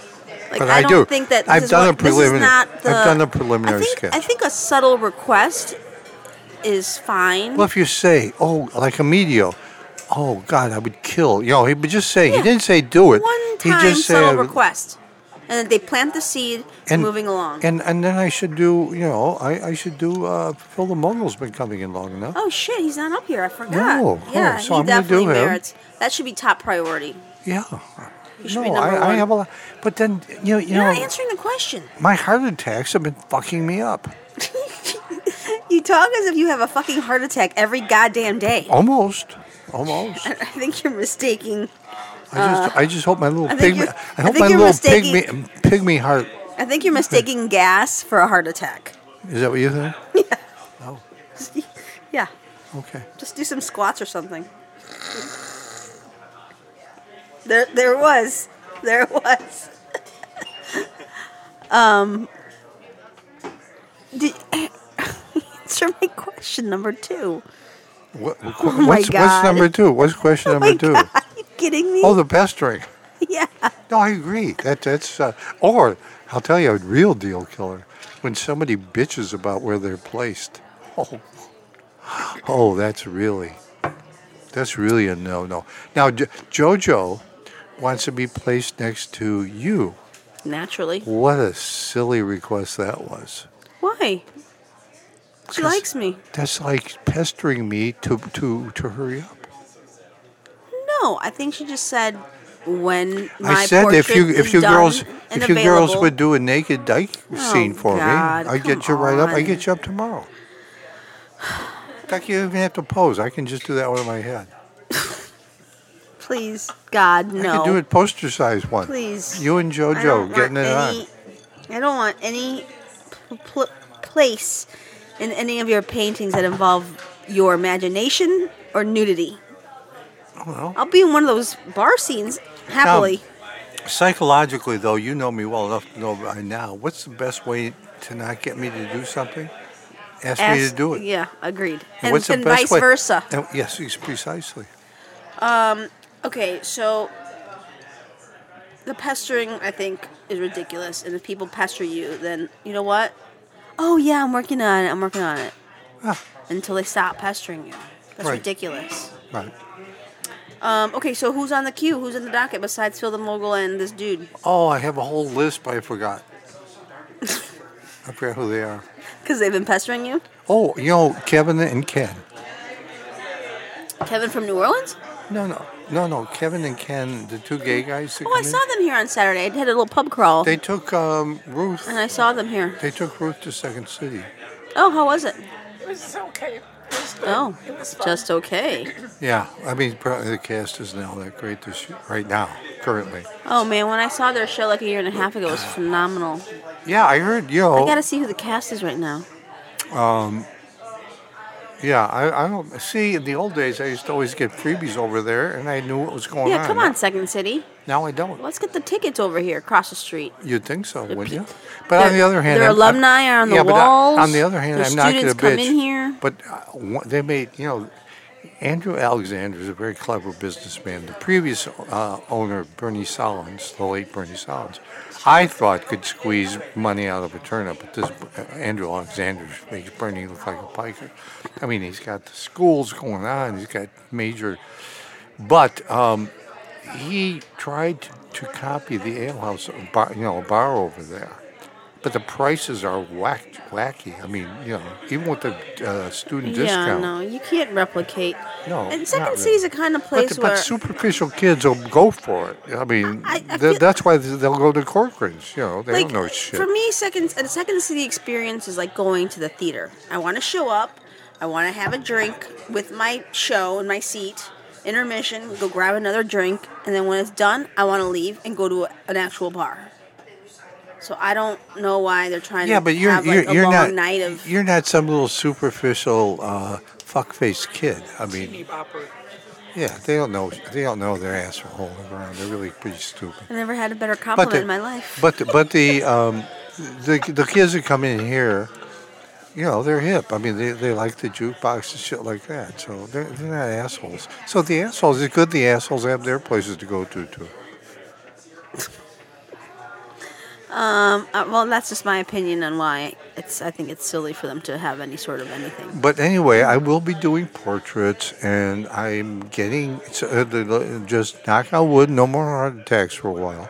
Speaker 2: Like,
Speaker 3: But
Speaker 2: I,
Speaker 3: I
Speaker 2: don't
Speaker 3: do.
Speaker 2: think that this
Speaker 3: I've
Speaker 2: is
Speaker 3: done
Speaker 2: what-
Speaker 3: a
Speaker 2: this is
Speaker 3: preliminary-
Speaker 2: not the-
Speaker 3: I've done a preliminary
Speaker 2: I think,
Speaker 3: sketch.
Speaker 2: I think a subtle request is fine.
Speaker 3: Well, if you say, oh, like a medio, oh, God, I would kill. You know, he would just say,
Speaker 2: Yeah.
Speaker 3: he didn't say do it.
Speaker 2: one
Speaker 3: he
Speaker 2: time
Speaker 3: just said,
Speaker 2: subtle request, and then they plant the seed, moving along.
Speaker 3: And, and then I should do, you know, I, I should do, uh, Phil the Mogul's been coming in long enough.
Speaker 2: oh shit, he's not up here. I forgot.
Speaker 3: No, oh,
Speaker 2: yeah,
Speaker 3: so
Speaker 2: he
Speaker 3: I'm gonna do
Speaker 2: definitely
Speaker 3: him.
Speaker 2: merits. That should be top priority.
Speaker 3: Yeah.
Speaker 2: Oh. You should
Speaker 3: No,
Speaker 2: be number
Speaker 3: I, I
Speaker 2: one.
Speaker 3: have a lot. But then, you know, you
Speaker 2: You're
Speaker 3: know
Speaker 2: not answering the question.
Speaker 3: my heart attacks have been fucking me up.
Speaker 2: You talk as if you have a fucking heart attack every goddamn day.
Speaker 3: Oh. Almost. Almost.
Speaker 2: I think you're mistaking.
Speaker 3: I just, I just hope my little
Speaker 2: I think
Speaker 3: pygmy,
Speaker 2: you're-
Speaker 3: I
Speaker 2: I
Speaker 3: hope
Speaker 2: think
Speaker 3: my
Speaker 2: you're
Speaker 3: little
Speaker 2: mistaking-
Speaker 3: pygmy, pygmy heart.
Speaker 2: I think you're mistaking gas for a heart attack. *laughs*
Speaker 3: Is that what you think?
Speaker 2: Yeah,
Speaker 3: Okay.
Speaker 2: just do some squats or something. There, there was, there was. *laughs* um, did, *laughs* answer my question number two. *laughs*
Speaker 3: What,
Speaker 2: Oh my
Speaker 3: what's,
Speaker 2: God.
Speaker 3: what's number two? What's
Speaker 2: *laughs*
Speaker 3: question
Speaker 2: Oh
Speaker 3: number
Speaker 2: my
Speaker 3: two?
Speaker 2: God, are you kidding me?
Speaker 3: Oh, the pestering.
Speaker 2: yeah.
Speaker 3: No, I agree. That that's uh, or I'll tell you a real deal killer when somebody bitches about where they're placed. *laughs* Oh, oh, that's really that's really a no no. Now jo- JoJo wants to be placed next to you.
Speaker 2: Naturally.
Speaker 3: What a silly request that was.
Speaker 2: Why? She likes me.
Speaker 3: That's like pestering me to to to hurry up.
Speaker 2: No, I think she just said when my
Speaker 3: I said if
Speaker 2: portrait
Speaker 3: you
Speaker 2: is
Speaker 3: if you
Speaker 2: done
Speaker 3: girls
Speaker 2: and
Speaker 3: if you girls
Speaker 2: available-
Speaker 3: would do a naked dyke
Speaker 2: Oh,
Speaker 3: scene for
Speaker 2: God,
Speaker 3: me, I
Speaker 2: come
Speaker 3: get you right up. I
Speaker 2: on.
Speaker 3: get you up tomorrow. In fact, you don't even have to pose. I can just do that with my head.
Speaker 2: Please, God,
Speaker 3: I
Speaker 2: no.
Speaker 3: could do a poster size one.
Speaker 2: Please.
Speaker 3: You and
Speaker 2: I don't
Speaker 3: JoJo
Speaker 2: want
Speaker 3: Oh, getting it
Speaker 2: any,
Speaker 3: on.
Speaker 2: I don't want any pl- pl- place in any of your paintings that involve your imagination or nudity.
Speaker 3: Well,
Speaker 2: I'll be in one of those bar scenes happily.
Speaker 3: psychologically, though, you know me well enough to know by now what's the best way to not get me to do something? Ask, me to
Speaker 2: Ask-
Speaker 3: do it.
Speaker 2: Yeah, agreed.
Speaker 3: And
Speaker 2: And,
Speaker 3: what's the
Speaker 2: and
Speaker 3: best
Speaker 2: vice
Speaker 3: way-
Speaker 2: versa.
Speaker 3: And- yes, ex- precisely.
Speaker 2: Okay, so the pestering I think is ridiculous, and if people pester you, then you know what? Oh yeah, I'm working on it. I'm working on it
Speaker 3: Ah,
Speaker 2: until they stop pestering you. That's
Speaker 3: Right.
Speaker 2: ridiculous.
Speaker 3: right.
Speaker 2: Um, okay, so who's on the queue? Who's in the docket besides Phil the mogul and this dude?
Speaker 3: Oh, I have a whole list, but I forgot. I forgot who they are.
Speaker 2: Because they've been pestering you.
Speaker 3: Oh, you know, Kevin and Ken.
Speaker 2: Kevin from New Orleans.
Speaker 3: No, no, no, no. Kevin and Ken, the two gay guys. that
Speaker 2: Oh, I
Speaker 3: come in,
Speaker 2: saw them here on Saturday. I had a little pub crawl,
Speaker 3: They took um, Ruth.
Speaker 2: and I saw them here.
Speaker 3: They took Ruth to Second City.
Speaker 2: Oh, how was it?
Speaker 4: It was okay. It was good.
Speaker 2: Oh,
Speaker 4: it was fun.
Speaker 2: just okay.
Speaker 3: Yeah, I mean, probably the cast isn't all that great this right now, currently.
Speaker 2: Oh man, when I saw their show like a year and a half ago, it was phenomenal.
Speaker 3: Yeah, I heard. You know,
Speaker 2: I gotta see who the cast is right now.
Speaker 3: yeah, I, I don't see. In the old days, I used to always get freebies over there, and I knew what was going on.
Speaker 2: Yeah, come on, Second City.
Speaker 3: Now I don't.
Speaker 2: Let's get the tickets over here across the street.
Speaker 3: You'd think so, wouldn't
Speaker 2: pe-
Speaker 3: you? But on
Speaker 2: their-
Speaker 3: the other hand,
Speaker 2: their
Speaker 3: I'm- I'm-
Speaker 2: alumni are on the
Speaker 3: yeah, but I-
Speaker 2: walls.
Speaker 3: on the other hand,
Speaker 2: Their
Speaker 3: I'm not going to
Speaker 2: students come
Speaker 3: bitch.
Speaker 2: in here.
Speaker 3: But uh, wha- they made, you know, Andrew Alexander is a very clever businessman. The previous uh, owner, Bernie Solins, the late Bernie Solins, I thought could squeeze money out of a turnip, but this uh, Andrew Alexander makes Bernie look like a piker. I mean, he's got the schools going on. He's got major, but. Um, he tried to, to copy the alehouse, a bar, you know, a bar over there, but the prices are whack, wacky. I mean, you know, even with the uh, student
Speaker 2: Yeah,
Speaker 3: discount.
Speaker 2: no, you can't replicate.
Speaker 3: No,
Speaker 2: and
Speaker 3: not
Speaker 2: Second
Speaker 3: really.
Speaker 2: City's the kind of place
Speaker 3: but, the-
Speaker 2: where
Speaker 3: but superficial kids will go for it. I mean,
Speaker 2: I- I
Speaker 3: th-
Speaker 2: feel-
Speaker 3: that's why they'll go to Corcoran's. You know, they
Speaker 2: like
Speaker 3: don't know shit.
Speaker 2: for me, second a Second City experience is like going to the theater. I want to show up. I want to have a drink with my show and my seat. Intermission, go grab another drink, and then when it's done, I want to leave and go to a, an actual bar. So I don't know why they're trying
Speaker 3: yeah,
Speaker 2: to
Speaker 3: but you're
Speaker 2: have like
Speaker 3: you're,
Speaker 2: a
Speaker 3: you're
Speaker 2: long
Speaker 3: not
Speaker 2: night of
Speaker 3: you're not some little superficial uh, fuck-faced kid. I mean,
Speaker 4: Teeny bopper.
Speaker 3: yeah, they don't know they don't know their ass from holding around. They're really pretty stupid.
Speaker 2: I never had a better compliment
Speaker 3: the-
Speaker 2: in my life.
Speaker 3: But the, but the um, the the kids that come in here, you know, they're hip. I mean, they, they like the jukebox and shit like that. So they're, they're not assholes. So the assholes, it's good the assholes have their places to go to too.
Speaker 2: Um, uh, well, that's just my opinion on why it's. I think it's silly for them to have any sort of anything.
Speaker 3: But anyway, I will be doing portraits, and I'm getting it's, uh, the- the- just knock on wood, no more heart attacks for a while.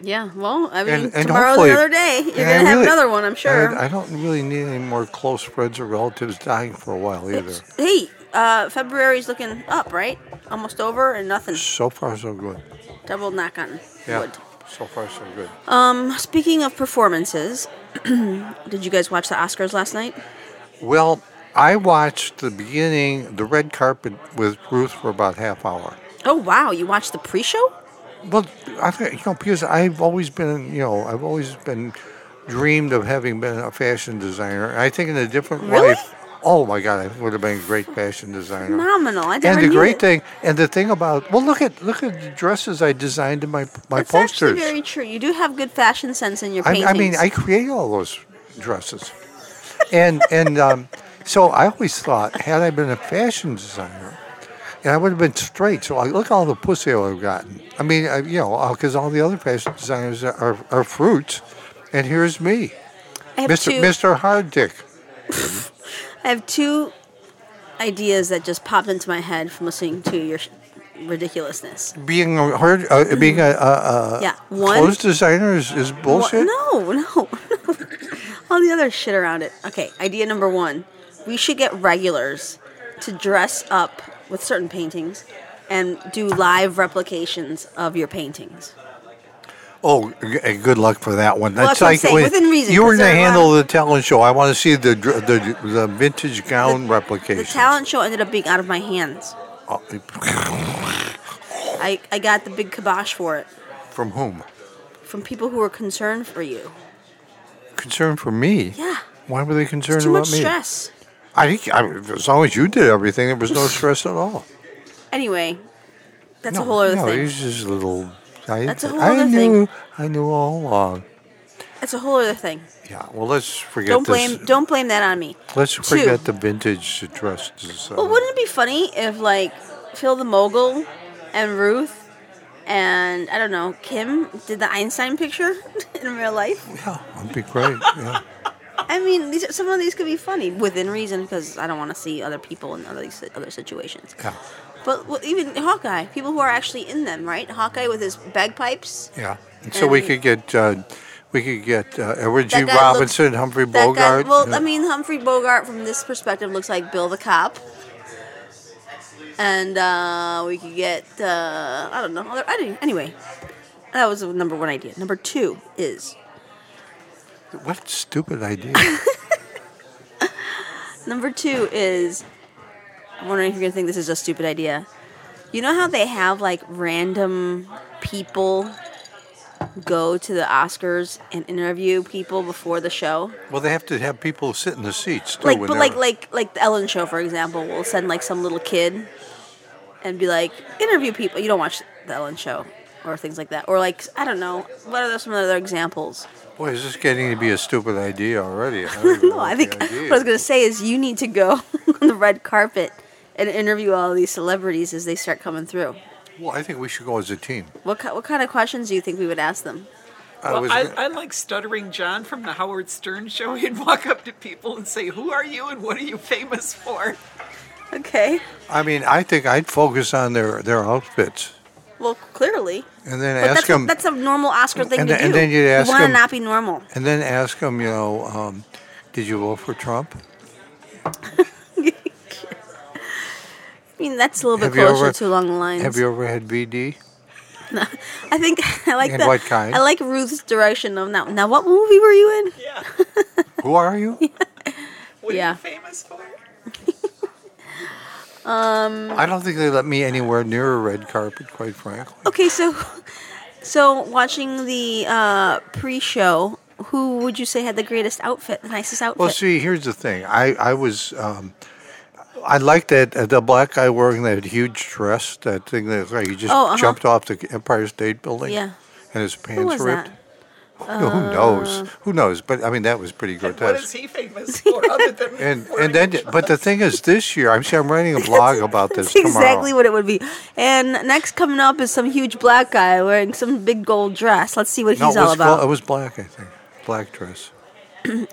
Speaker 2: Yeah. Well, I mean,
Speaker 3: And, and
Speaker 2: tomorrow's
Speaker 3: hopefully,
Speaker 2: another day. You're
Speaker 3: and
Speaker 2: gonna
Speaker 3: I
Speaker 2: have
Speaker 3: really-
Speaker 2: another one, I'm sure.
Speaker 3: and I don't really need any more close friends or relatives dying for a while either.
Speaker 2: Hey, uh, February's looking up, right? Almost over and nothing.
Speaker 3: So far, so good.
Speaker 2: Double knock on
Speaker 3: Yeah.
Speaker 2: wood.
Speaker 3: So far, so good.
Speaker 2: Um, speaking of performances, *clears throat* did you guys watch the Oscars last night?
Speaker 3: Well, I watched the beginning, the red carpet with Ruth for about half hour.
Speaker 2: Oh wow, you watched the pre-show?
Speaker 3: Well, I think you know because I've always been, you know, I've always been dreamed of having been a fashion designer. And I think in a different
Speaker 2: Really?
Speaker 3: life, oh my God, I would have been a great fashion designer.
Speaker 2: Phenomenal. I never
Speaker 3: And the
Speaker 2: knew
Speaker 3: great
Speaker 2: it.
Speaker 3: thing, and the thing about, well, look at look at the dresses I designed in my my
Speaker 2: That's
Speaker 3: posters.
Speaker 2: actually very true. You do have good fashion sense in your
Speaker 3: I,
Speaker 2: paintings.
Speaker 3: I mean, I create all those dresses, and and um, so I always thought, had I been a fashion designer, and I would have been straight. So I look at all the pussy I would have gotten. I mean, I, you know, because all the other fashion designers are, are, are fruits, and here's me,
Speaker 2: I have
Speaker 3: Mister
Speaker 2: two.
Speaker 3: Mister Hard Dick.
Speaker 2: I have two ideas that just popped into my head from listening to your sh- ridiculousness.
Speaker 3: Being a hard, uh, being a, a, a
Speaker 2: yeah, one.
Speaker 3: clothes designer is, is bullshit.
Speaker 2: Well, no, *laughs* no. All the other shit around it. Okay, idea number one. We should get regulars to dress up with certain paintings and do live replications of your paintings.
Speaker 3: Oh, g- eh, good luck for that one.
Speaker 2: Well, that's what I'm saying, within reason,
Speaker 3: You were
Speaker 2: 'cause
Speaker 3: going to
Speaker 2: there are a lot
Speaker 3: handle the talent show. I want to see the dr- the, the vintage gown
Speaker 2: The
Speaker 3: Uh, replication.
Speaker 2: talent show ended up being out of my hands.
Speaker 3: Oh,
Speaker 2: I, I got the big kibosh for it
Speaker 3: *laughs* From whom?
Speaker 2: from people who were concerned for you.
Speaker 3: Concern for me.
Speaker 2: Yeah.
Speaker 3: Why were they concerned
Speaker 2: Too
Speaker 3: about
Speaker 2: much
Speaker 3: me?
Speaker 2: stress.
Speaker 3: I think I, as long as you did everything, there
Speaker 2: *laughs*
Speaker 3: was no stress at all.
Speaker 2: Anyway, that's
Speaker 3: no,
Speaker 2: a whole other
Speaker 3: no,
Speaker 2: thing.
Speaker 3: he's just a little. I,
Speaker 2: That's a whole
Speaker 3: I
Speaker 2: other
Speaker 3: knew,
Speaker 2: thing.
Speaker 3: I knew all along.
Speaker 2: That's a whole other thing.
Speaker 3: Yeah. Well, let's forget
Speaker 2: Don't
Speaker 3: this.
Speaker 2: blame don't blame that on me.
Speaker 3: Let's
Speaker 2: Two.
Speaker 3: forget the vintage dresses. uh,
Speaker 2: Well, wouldn't it be funny if like Phil the Mogul and Ruth and I don't know Kim did the Einstein picture *laughs* in real life?
Speaker 3: yeah, that'd be great. Yeah.
Speaker 2: I mean, these some of these could be funny within reason because I don't want to see other people in other other situations.
Speaker 3: Yeah.
Speaker 2: But well, even Hawkeye, people who are actually in them, right? Hawkeye with his bagpipes.
Speaker 3: Yeah. And so we
Speaker 2: And-
Speaker 3: could get uh, we could get uh, Edward G.
Speaker 2: That guy looks-
Speaker 3: Robinson, Humphrey
Speaker 2: that guy-
Speaker 3: Bogart.
Speaker 2: well,
Speaker 3: yeah.
Speaker 2: I mean, Humphrey Bogart from this perspective looks like Bill the cop. And uh, we could get uh, I don't know. other- I didn't, anyway, that was the number one idea. Number two is
Speaker 3: what
Speaker 2: *laughs*
Speaker 3: stupid idea!
Speaker 2: number two is I'm wondering if you're gonna think this is a stupid idea. You know how they have like random people go to the Oscars and interview people before the show.
Speaker 3: well, they have to have people sit in the seats too.
Speaker 2: like
Speaker 3: when
Speaker 2: but
Speaker 3: they're-
Speaker 2: like like like the Ellen show for example will send like some little kid and be like interview people you don't watch the Ellen show or things like that or like I don't know what are some other examples *laughs*
Speaker 3: boy, is this getting to be a stupid idea already? I don't know
Speaker 2: no I
Speaker 3: what the
Speaker 2: think *laughs*
Speaker 3: idea
Speaker 2: what I was gonna say is you need to go *laughs* on the red carpet and interview all these celebrities as they start coming through
Speaker 3: is. Well, I think we should go as a team.
Speaker 2: what ki- what kind of questions do you think we would ask them *laughs*
Speaker 3: I
Speaker 4: Well,
Speaker 3: was
Speaker 4: I,
Speaker 3: gonna-
Speaker 4: I like stuttering John from the Howard Stern show. *laughs* He'd walk up to people and say, "Who are you and what are you famous for?" *laughs*
Speaker 2: okay
Speaker 3: I mean, I think I'd focus on their their outfits
Speaker 2: well clearly
Speaker 3: and then
Speaker 2: but
Speaker 3: ask
Speaker 2: that's,
Speaker 3: them
Speaker 2: that's a normal Oscar thing
Speaker 3: And
Speaker 2: to
Speaker 3: then- and
Speaker 2: do
Speaker 3: then you'd ask
Speaker 2: you want to
Speaker 3: 'em-
Speaker 2: not be normal
Speaker 3: and then ask them, you know, um, did you vote for Trump?
Speaker 2: I mean that's a little bit
Speaker 3: Have you
Speaker 2: closer
Speaker 3: ever-
Speaker 2: to along the lines
Speaker 3: Have you ever had VD?
Speaker 2: I think *laughs* I like
Speaker 3: And
Speaker 2: the,
Speaker 3: what kind?
Speaker 2: I like Ruth's direction of now. Now, what movie were you in?
Speaker 4: Yeah.
Speaker 3: Who are
Speaker 2: *laughs*
Speaker 3: you?
Speaker 4: What are
Speaker 2: Yeah.
Speaker 4: you famous for?
Speaker 3: I don't think they let me anywhere near a red carpet, quite frankly.
Speaker 2: Okay, so so watching the uh, pre-show, who would you say had the greatest outfit, the nicest outfit?
Speaker 3: Well, see, here's the thing. I I was um, I liked that uh, the black guy wearing that huge dress, that thing that like, he just
Speaker 2: Oh, uh-huh.
Speaker 3: jumped off the Empire State Building.
Speaker 2: Yeah.
Speaker 3: And his pants
Speaker 2: who was
Speaker 3: ripped.
Speaker 2: that? Uh,
Speaker 3: Who knows? Who knows? But I mean, that was pretty
Speaker 4: And what is
Speaker 3: grotesque.
Speaker 4: he famous for other than
Speaker 3: *laughs* And
Speaker 4: wearing
Speaker 3: and
Speaker 4: a
Speaker 3: then,
Speaker 4: dress?
Speaker 3: but the thing is, this year, I'm see, I'm
Speaker 2: *laughs*
Speaker 3: writing a blog about this
Speaker 2: That's exactly
Speaker 3: tomorrow.
Speaker 2: what it would be. And next coming up is some huge black guy wearing some big gold dress. Let's see what
Speaker 3: no,
Speaker 2: he's
Speaker 3: it was,
Speaker 2: all about.
Speaker 3: bla- it was black, I think, black dress.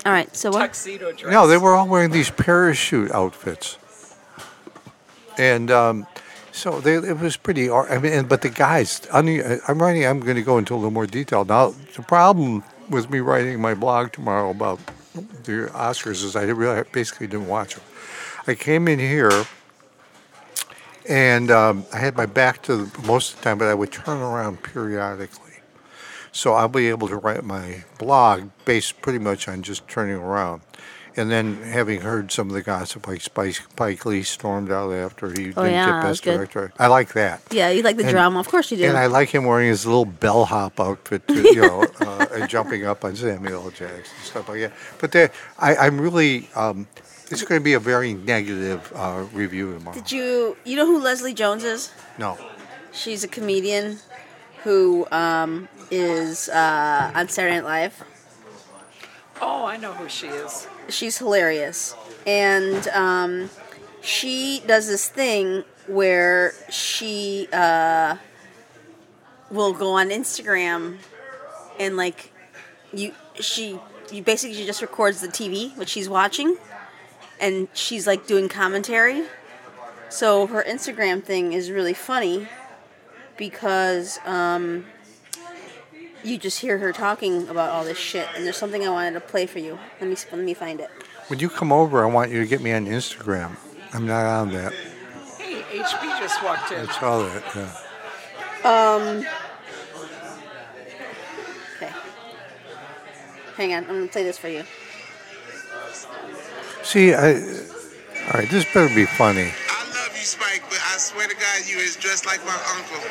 Speaker 2: all right, so what?
Speaker 4: tuxedo dress.
Speaker 3: No, they were all wearing these parachute outfits, and um, so they, it was pretty. ar- I mean, and, but the guys, I mean, I- I'm writing. I'm going to go into a little more detail now. The problem with me writing my blog tomorrow about the Oscars is I really, I basically didn't watch them. I came in here. And um, I had my back to the, most of the time, but I would turn around periodically. So I'll be able to write my blog based pretty much on just turning around. And then having heard some of the gossip, like Spice, Pike Lee stormed out after he didn't
Speaker 2: Oh, yeah,
Speaker 3: get
Speaker 2: that was
Speaker 3: Best
Speaker 2: good.
Speaker 3: Director. I like that.
Speaker 2: Yeah, you like the
Speaker 3: And-
Speaker 2: drama, of course you do.
Speaker 3: And I like him wearing his little bellhop outfit, to,
Speaker 2: *laughs*
Speaker 3: you know, uh, and jumping up on Samuel L. Jackson and stuff like that. But there, I, I'm really, um, it's going to be a very negative uh, review tomorrow.
Speaker 2: Did you you know who Leslie Jones is?
Speaker 3: No.
Speaker 2: She's a comedian who um, is uh, on Saturday Night Live.
Speaker 4: Oh, I know who she is.
Speaker 2: She's hilarious, and um, she does this thing where she uh, will go on Instagram and like you she you basically she just records the TV what she's watching, and she's like doing commentary. So her Instagram thing is really funny because um, you just hear her talking about all this shit. And there's something I wanted to play for you. Let me let me find it.
Speaker 3: When you come over, I want you to get me on Instagram. I'm not on that.
Speaker 4: Hey, HB just walked in.
Speaker 3: I saw that. Yeah.
Speaker 2: Okay. Hang on, I'm gonna play this for you.
Speaker 3: See, I, all right, this better be funny.
Speaker 5: I love you, Spike, but I swear to God, you is dressed like my uncle.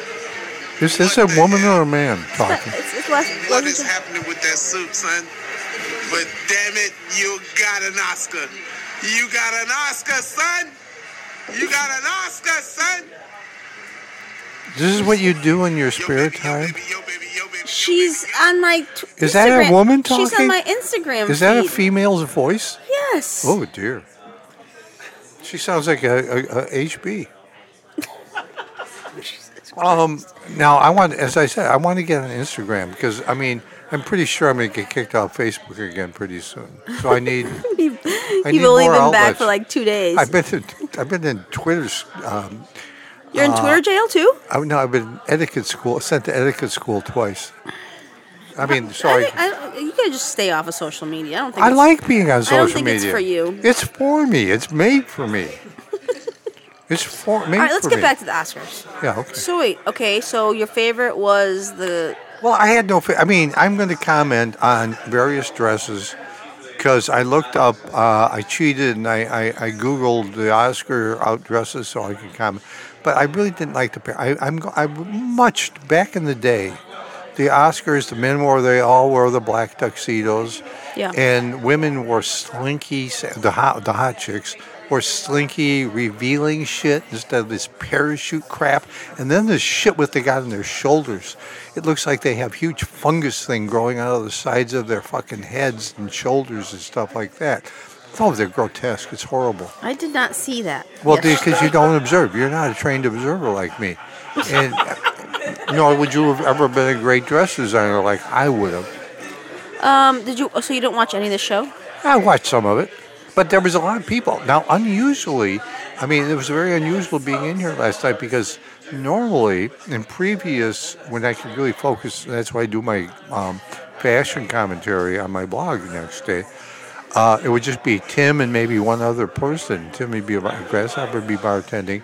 Speaker 3: Is this a woman or a man talking?
Speaker 2: It's, it's less,
Speaker 5: What is happening with that suit, son? But damn it, you got an Oscar. You got an Oscar, son. You got an Oscar, son.
Speaker 3: This is what you do in your
Speaker 5: Yo,
Speaker 3: spare
Speaker 5: baby, yo,
Speaker 3: time?
Speaker 5: baby, yo, baby, yo, baby, yo,
Speaker 2: She's on my. T-
Speaker 3: Is that a
Speaker 2: Instagram-
Speaker 3: woman
Speaker 2: She's on
Speaker 3: talking?
Speaker 2: my Instagram.
Speaker 3: Is that a
Speaker 2: feed.
Speaker 3: female's voice?
Speaker 2: Yes.
Speaker 3: Oh dear. She sounds like a, a, a HB. Um, now I want, as I said, I want to get on Instagram because I mean I'm pretty sure I'm going to get kicked off Facebook again pretty soon. So I need.
Speaker 2: *laughs* You've,
Speaker 3: I
Speaker 2: you've
Speaker 3: need
Speaker 2: only
Speaker 3: more
Speaker 2: been back
Speaker 3: outlets.
Speaker 2: for like two days.
Speaker 3: I've been in, I've been in Twitter's. Um,
Speaker 2: You're in Twitter jail too.
Speaker 3: I, no, I've been etiquette school. Sent to etiquette school twice. I mean, sorry.
Speaker 2: I, think- I, you gotta just stay off of social media. I don't think.
Speaker 3: I
Speaker 2: it's-
Speaker 3: like being on
Speaker 2: I don't
Speaker 3: social
Speaker 2: think
Speaker 3: media.
Speaker 2: it's for you.
Speaker 3: It's for me. It's made
Speaker 2: *laughs*
Speaker 3: for me. it's for made
Speaker 2: All right, let's
Speaker 3: for
Speaker 2: get
Speaker 3: me.
Speaker 2: back to the Oscars.
Speaker 3: Yeah. Okay.
Speaker 2: So wait, okay. So your favorite was the
Speaker 3: Well, I had no. Fa- I mean, I'm going to comment on various dresses because I looked up. Uh, I cheated and I, I, I googled the Oscar out dresses so I could comment. But I really didn't like the pair. I, I'm go- I much back in the day. The Oscars, the men wore they all wore the black tuxedos,
Speaker 2: Yeah.
Speaker 3: and women wore slinky. sa- The hot the hot chicks wore slinky, revealing shit instead of this parachute crap. And then this shit what they got on their shoulders. It looks like they have huge fungus thing growing out of the sides of their fucking heads and shoulders and stuff like that. Oh, they're grotesque. It's horrible.
Speaker 2: I did not see that.
Speaker 3: Well,
Speaker 2: Yes.
Speaker 3: because you don't observe. You're not a trained observer like me. And nor would you have ever been a great dress designer like I would have.
Speaker 2: um, did you? So you don't watch any of the show?
Speaker 3: I watched some of it, but there was a lot of people. Now, unusually, I mean, it was very unusual being in here last night because normally in previous, when I could really focus, that's why I do my um, fashion commentary on my blog the next day. Uh, it would just be Tim and maybe one other person. Tim would be a bar- grasshopper, would be bartending,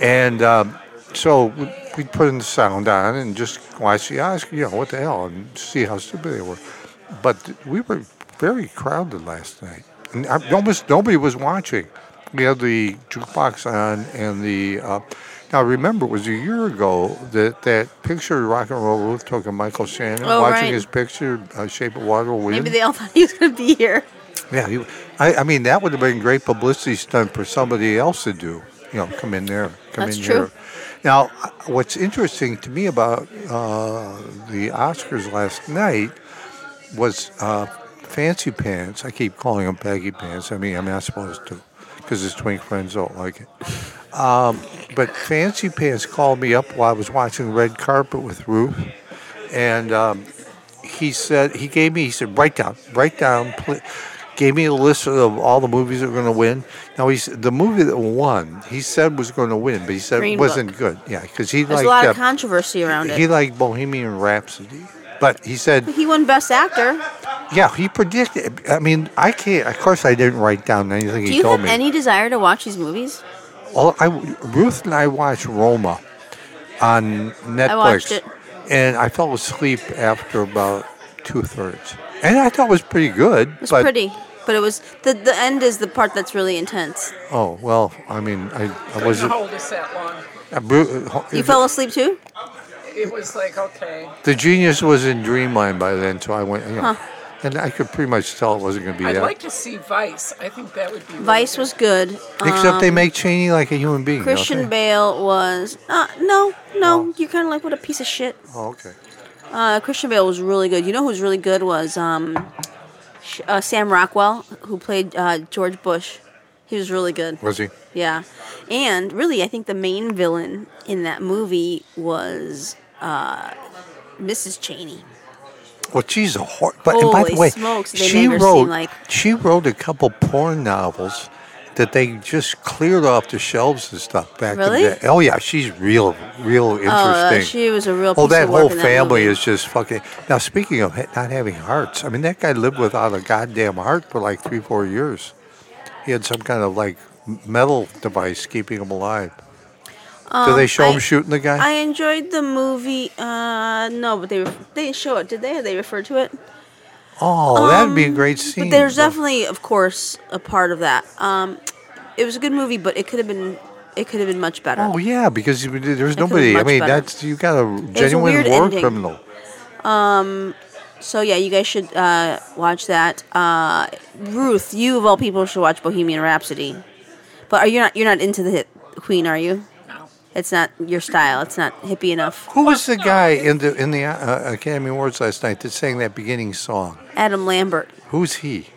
Speaker 3: and um, so we- we'd put in the sound on and just watch the Oscar. You know what the hell, and see how stupid they were. But th- we were very crowded last night, and I, almost nobody was watching. We had the jukebox on and the. Uh, now remember, it was a year ago that that picture Rock and Roll Ruth took of Michael Shannon
Speaker 2: Oh,
Speaker 3: watching
Speaker 2: right.
Speaker 3: his picture uh, Shape of Water. Win.
Speaker 2: Maybe they all thought he was gonna be here.
Speaker 3: Yeah, he, I, I mean that would have been a great publicity stunt for somebody else to do. You know, come in there, come
Speaker 2: That's
Speaker 3: in
Speaker 2: true.
Speaker 3: here. Now, what's interesting to me about uh, the Oscars last night was uh, fancy pants. I keep calling them baggy pants. I mean, I'm not supposed to because his twin friends don't like it. But Fancy Pants called me up while I was watching Red Carpet with Rue, and um, he said he gave me he said write down write down pl-, gave me a list of all the movies that were going to win. Now he's the movie that won he said was going to win, but he said
Speaker 2: Green
Speaker 3: it
Speaker 2: Book.
Speaker 3: wasn't good. Yeah, because he
Speaker 2: There's
Speaker 3: liked
Speaker 2: a lot
Speaker 3: that,
Speaker 2: of controversy around
Speaker 3: he
Speaker 2: it.
Speaker 3: liked Bohemian Rhapsody, but he said
Speaker 2: He won Best Actor.
Speaker 3: yeah he predicted. I mean I can't. Of course I didn't write down anything
Speaker 2: Do
Speaker 3: he
Speaker 2: you
Speaker 3: told
Speaker 2: have
Speaker 3: me.
Speaker 2: any desire to watch these movies?
Speaker 3: All I, Ruth and I watched Roma on Netflix.
Speaker 2: watched it.
Speaker 3: And I fell asleep after about two thirds. And I thought it was pretty good.
Speaker 2: It was
Speaker 3: but,
Speaker 2: pretty, but it was the the end is the part that's really intense.
Speaker 3: Oh, well, I mean, I, I
Speaker 4: Couldn't
Speaker 3: wasn't.
Speaker 4: hold us that long.
Speaker 3: uh, Ru- uh,
Speaker 2: You fell asleep too?
Speaker 4: It was like, okay.
Speaker 3: The genius was in Dreamland by then, so I went, you know. And I could pretty much tell it wasn't going to be
Speaker 4: I'd
Speaker 3: that.
Speaker 4: like to see Vice. I think that would be. really
Speaker 2: Vice
Speaker 4: good.
Speaker 2: was good.
Speaker 3: Except they
Speaker 2: Um,
Speaker 3: make Cheney like a human being. don't
Speaker 2: Christian
Speaker 3: they?
Speaker 2: Bale was uh, no, no. You're kind of like what a piece of shit.
Speaker 3: Oh, okay.
Speaker 2: Uh, Christian Bale was really good. You know who's really good was um, sh- uh, Sam Rockwell, who played uh, George Bush. He was really good.
Speaker 3: Was he?
Speaker 2: Yeah, and really, I think the main villain in that movie was uh, Mrs. Cheney.
Speaker 3: Well, she's a whore. But and by the
Speaker 2: Holy
Speaker 3: way,
Speaker 2: smokes, they
Speaker 3: she
Speaker 2: made her seem
Speaker 3: wrote
Speaker 2: like-
Speaker 3: she wrote a couple porn novels that they just cleared off the shelves and stuff back
Speaker 2: Really?
Speaker 3: in the day. Oh yeah, she's real, real interesting.
Speaker 2: Oh, uh, she was a real. Piece
Speaker 3: Oh, that
Speaker 2: of work
Speaker 3: whole
Speaker 2: in
Speaker 3: family
Speaker 2: movie.
Speaker 3: is just fucking. Now, speaking of ha- not having hearts, I mean, that guy lived without a goddamn heart for like three, four years. He had some kind of like metal device keeping him alive. Do they show
Speaker 2: Um, I-
Speaker 3: him shooting the guy?
Speaker 2: I enjoyed the movie. Uh, no, but they ref- they didn't show it, did they? They referred to it.
Speaker 3: oh, that'd be a
Speaker 2: Um,
Speaker 3: great scene.
Speaker 2: But there's
Speaker 3: but-
Speaker 2: definitely, of course, a part of that. Um, it was a good movie, but it could have been It could have been much better.
Speaker 3: Oh yeah, because you-
Speaker 2: could've
Speaker 3: there's
Speaker 2: been
Speaker 3: nobody. I
Speaker 2: much
Speaker 3: mean,
Speaker 2: better.
Speaker 3: that's you got a
Speaker 2: a weird
Speaker 3: genuine war
Speaker 2: ending.
Speaker 3: criminal.
Speaker 2: So yeah, you guys should uh, watch that. Uh, Ruth, you of all people should watch Bohemian Rhapsody. But are you not? You're not into the hit Queen, are you?
Speaker 4: No.
Speaker 2: It's not your style. It's not hippie enough.
Speaker 3: Who was the guy in the in the uh, Academy Awards last night that sang that beginning song?
Speaker 2: Adam Lambert.
Speaker 3: Who's he?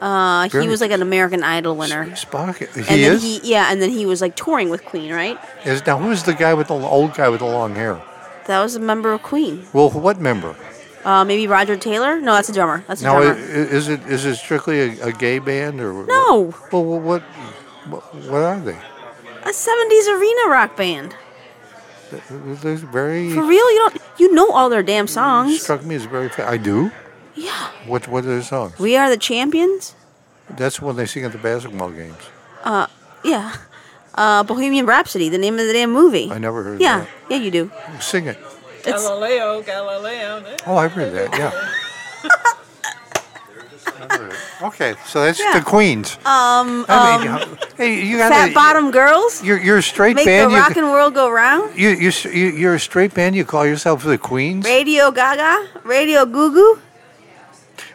Speaker 2: Uh, he
Speaker 3: Really?
Speaker 2: was like an American Idol winner.
Speaker 3: Spock. He
Speaker 2: And then
Speaker 3: is.
Speaker 2: he yeah, and then he was like touring with Queen, right?
Speaker 3: is now who's the guy with the old guy with the long hair?
Speaker 2: That was a member of Queen.
Speaker 3: Well, what member?
Speaker 2: Uh, maybe Roger Taylor? No, that's a drummer. That's a
Speaker 3: Now, i-
Speaker 2: drummer.
Speaker 3: is it is it strictly a, a gay band or
Speaker 2: No.
Speaker 3: Well, wha- what what what are they?
Speaker 2: a '70s arena rock band.
Speaker 3: They're very
Speaker 2: For real, you don't you know all their damn songs?
Speaker 3: struck me as very. Fa- I do.
Speaker 2: Yeah.
Speaker 3: What what are their songs?
Speaker 2: We are the champions.
Speaker 3: That's when they sing at the basketball games.
Speaker 2: Yeah. Uh, Bohemian Rhapsody, the name of the damn movie.
Speaker 3: I never heard
Speaker 2: Yeah,
Speaker 3: that.
Speaker 2: yeah, you do.
Speaker 3: Sing it.
Speaker 2: It's
Speaker 4: Galileo, Galileo.
Speaker 3: Oh, I've heard that. Yeah. *laughs* okay, so that's
Speaker 2: Yeah.
Speaker 3: the Queens.
Speaker 2: um,
Speaker 3: I mean, hey, you got
Speaker 2: fat bottom girls
Speaker 3: You're you're a straight
Speaker 2: make
Speaker 3: band.
Speaker 2: the
Speaker 3: you-
Speaker 2: rockin' world go round.
Speaker 3: You you s- you you're a straight band. You call yourself the Queens.
Speaker 2: Radio Gaga, Radio Goo Goo.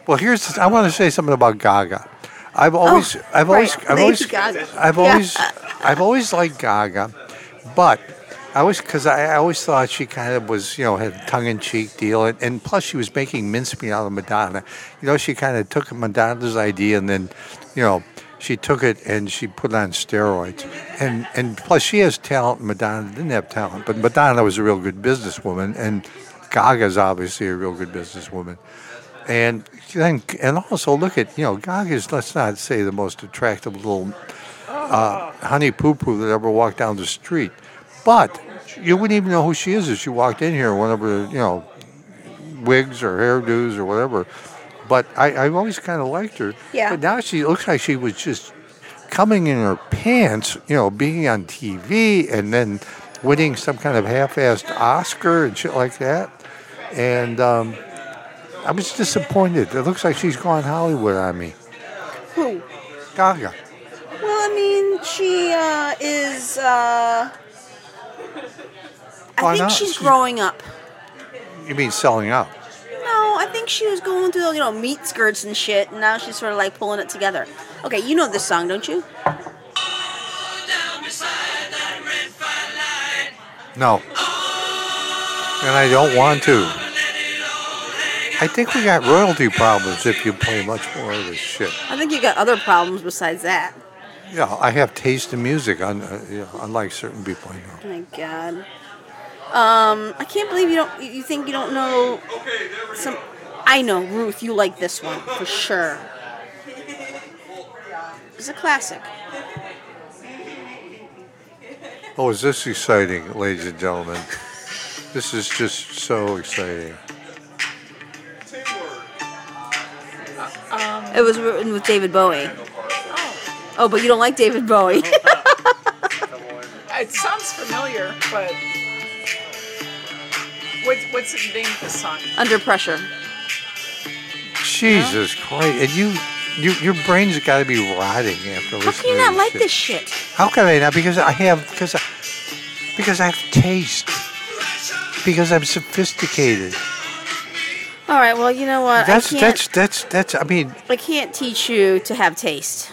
Speaker 3: Well, here's I want to say something about Gaga. I've always I've
Speaker 2: Oh, right,
Speaker 3: always I've
Speaker 2: Lady
Speaker 3: always
Speaker 2: Gaga.
Speaker 3: I've
Speaker 2: Yeah.
Speaker 3: always I've always liked Gaga, but I always because I, I always thought she kind of was you know had tongue in cheek deal and, and plus she was making mincemeat out of Madonna. You know she kind of took Madonna's idea and then you know she took it and she put it on steroids and and plus she has talent. Madonna didn't have talent, but Madonna was a real good businesswoman and Gaga's obviously a real good businesswoman. And then, and also look at you know Gaga's. Let's not say the most attractive little uh, honey poo poo that ever walked down the street, but you wouldn't even know who she is if she walked in here, in one of her you know wigs or hairdos or whatever. But I, I've always kind of liked her.
Speaker 2: Yeah.
Speaker 3: But now she looks like she was just coming in her pants, you know, being on TV and then winning some kind of half-assed Oscar and shit like that. And um, I was disappointed. It looks like she's gone Hollywood on me.
Speaker 2: Who?
Speaker 3: Gaga.
Speaker 2: Well, I mean, she uh, is. Uh, I
Speaker 3: Why
Speaker 2: think
Speaker 3: not?
Speaker 2: she's
Speaker 3: She's-
Speaker 2: growing up.
Speaker 3: You mean selling out?
Speaker 2: No, I think she was going through you know meat skirts and shit, and now she's sort of like pulling it together. Okay, you know this song, don't you?
Speaker 3: No. And I don't want to. I think we got royalty problems if you play much more of this shit.
Speaker 2: I think you got other problems besides that.
Speaker 3: Yeah, I have taste in music, un, uh, you know, unlike certain people I know.
Speaker 2: Oh my god. Um, I can't believe you don't. You think you don't know some? I know, Ruth. You like this one for sure. It's a classic.
Speaker 3: Oh, is this exciting, ladies and gentlemen? This is just so exciting.
Speaker 2: It was written with David Bowie. Oh, but you don't like David Bowie. *laughs*
Speaker 4: It sounds familiar, but what's what's the name of the song?
Speaker 2: Under pressure.
Speaker 3: Jesus Christ! And you, you, your brain's got to be rotting after listening.
Speaker 2: How can you
Speaker 3: to
Speaker 2: not like
Speaker 3: shit.
Speaker 2: this shit?
Speaker 3: How can I not? Because I have because I, because I have taste. Because I'm sophisticated.
Speaker 2: All right. Well, you know what?
Speaker 3: That's
Speaker 2: Uh, I can't.
Speaker 3: that's that's that's. I mean,
Speaker 2: I can't teach you to have taste.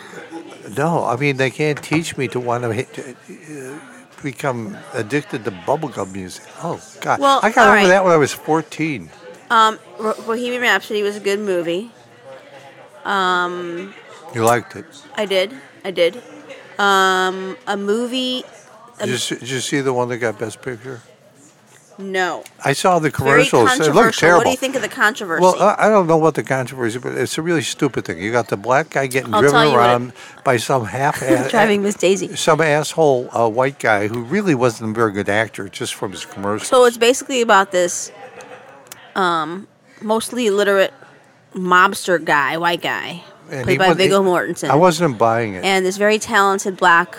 Speaker 3: no. I mean, they can't teach me to want to hit, uh, become addicted to bubblegum music. Oh God!
Speaker 2: Well,
Speaker 3: I
Speaker 2: all
Speaker 3: got over
Speaker 2: right.
Speaker 3: that when I was 14.
Speaker 2: Um, Ro- Bohemian Rhapsody was a good movie.
Speaker 3: You liked it.
Speaker 2: I did. I did. Um, a movie. Um,
Speaker 3: Did you, s- did you see the one that got Best Picture?
Speaker 2: No.
Speaker 3: I saw the
Speaker 2: Very
Speaker 3: commercials.
Speaker 2: controversial.
Speaker 3: It looked terrible.
Speaker 2: What do you think of the controversy?
Speaker 3: Well, uh, I I don't know what the controversy, but it's a really stupid thing. You got the black guy getting
Speaker 2: I'll tell
Speaker 3: driven
Speaker 2: you what
Speaker 3: around by some half
Speaker 2: *laughs* driving Miss Daisy.
Speaker 3: some asshole uh, white guy who really wasn't a very good actor, just from his commercials.
Speaker 2: So it's basically about this um, mostly illiterate mobster guy, white guy,
Speaker 3: And he
Speaker 2: played by
Speaker 3: wasn't-
Speaker 2: Viggo
Speaker 3: he-
Speaker 2: Mortensen,
Speaker 3: I wasn't buying it.
Speaker 2: and this very talented black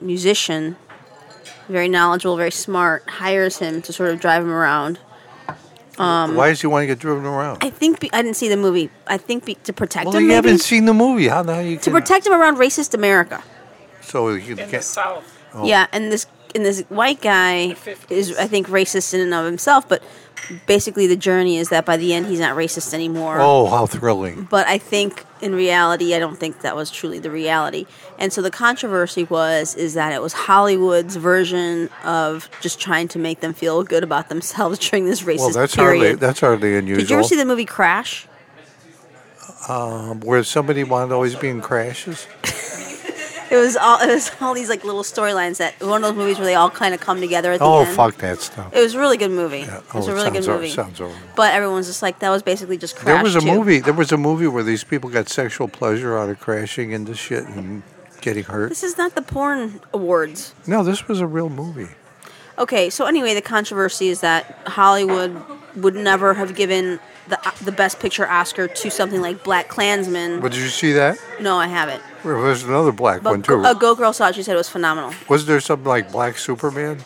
Speaker 2: musician, very knowledgeable, very smart, hires him to sort of drive him around.
Speaker 3: Why does he want to get driven around?
Speaker 2: Um, I think be, I didn't see the movie. I think be, to protect
Speaker 3: well,
Speaker 2: him,
Speaker 3: you
Speaker 2: maybe
Speaker 3: haven't seen the movie. How now you
Speaker 2: to
Speaker 3: can-
Speaker 2: protect him around racist America.
Speaker 3: So you
Speaker 4: In the
Speaker 3: can't.
Speaker 4: South.
Speaker 3: Oh.
Speaker 2: Yeah, and this and this white guy is I think racist in and of himself, but basically the journey is that by the end he's not racist anymore.
Speaker 3: Oh, how thrilling.
Speaker 2: But I think in reality, I don't think that was truly the reality. And so the controversy was is that it was Hollywood's version of just trying to make them feel good about themselves *laughs* during this racist
Speaker 3: Well, that's hardly
Speaker 2: period.
Speaker 3: that's hardly unusual.
Speaker 2: Did you ever see the movie Crash?
Speaker 3: Where somebody wanted to always be in crashes?
Speaker 2: It was all *laughs* it was all these like little storylines that one of those movies where they all kind of come together at the
Speaker 3: Oh,
Speaker 2: end.
Speaker 3: fuck that stuff.
Speaker 2: It was a really good movie. it was
Speaker 3: oh,
Speaker 2: a
Speaker 3: it
Speaker 2: really good
Speaker 3: sounds hor-
Speaker 2: movie.
Speaker 3: sounds horrible.
Speaker 2: But everyone's just like that was basically just Crash.
Speaker 3: There was a
Speaker 2: too.
Speaker 3: movie. There was a movie where these people got sexual pleasure out of crashing into shit and getting hurt.
Speaker 2: This is not the porn awards.
Speaker 3: No, this was a real movie.
Speaker 2: Okay, so anyway, the controversy is that Hollywood would never have given the the Best Picture Oscar to something like Black Klansman.
Speaker 3: But did you see that?
Speaker 2: no, I haven't.
Speaker 3: There was another black
Speaker 2: But
Speaker 3: one too.
Speaker 2: a Go Girl saw it. She said it was phenomenal.
Speaker 3: was there something like Black Superman?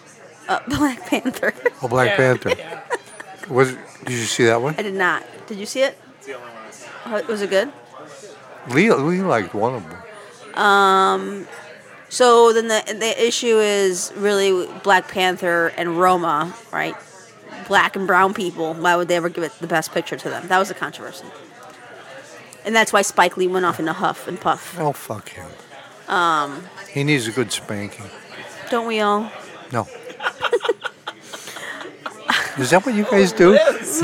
Speaker 2: Uh, *laughs* Black Panther.
Speaker 3: Oh, Black
Speaker 4: Yeah,
Speaker 3: Panther.
Speaker 4: *laughs* yeah.
Speaker 3: Was did you see that one?
Speaker 2: I did not. Did you see it? How- Was it good?
Speaker 3: Lee, Lee liked one of them.
Speaker 2: So then the the issue is really Black Panther and Roma, right? Black and brown people. Why would they ever give it the best picture to them? That was a controversy, and that's why Spike Lee went off in a huff and puff.
Speaker 3: Oh, fuck him. Um, he needs a good spanking.
Speaker 2: Don't we all?
Speaker 3: No. Is that what you guys do?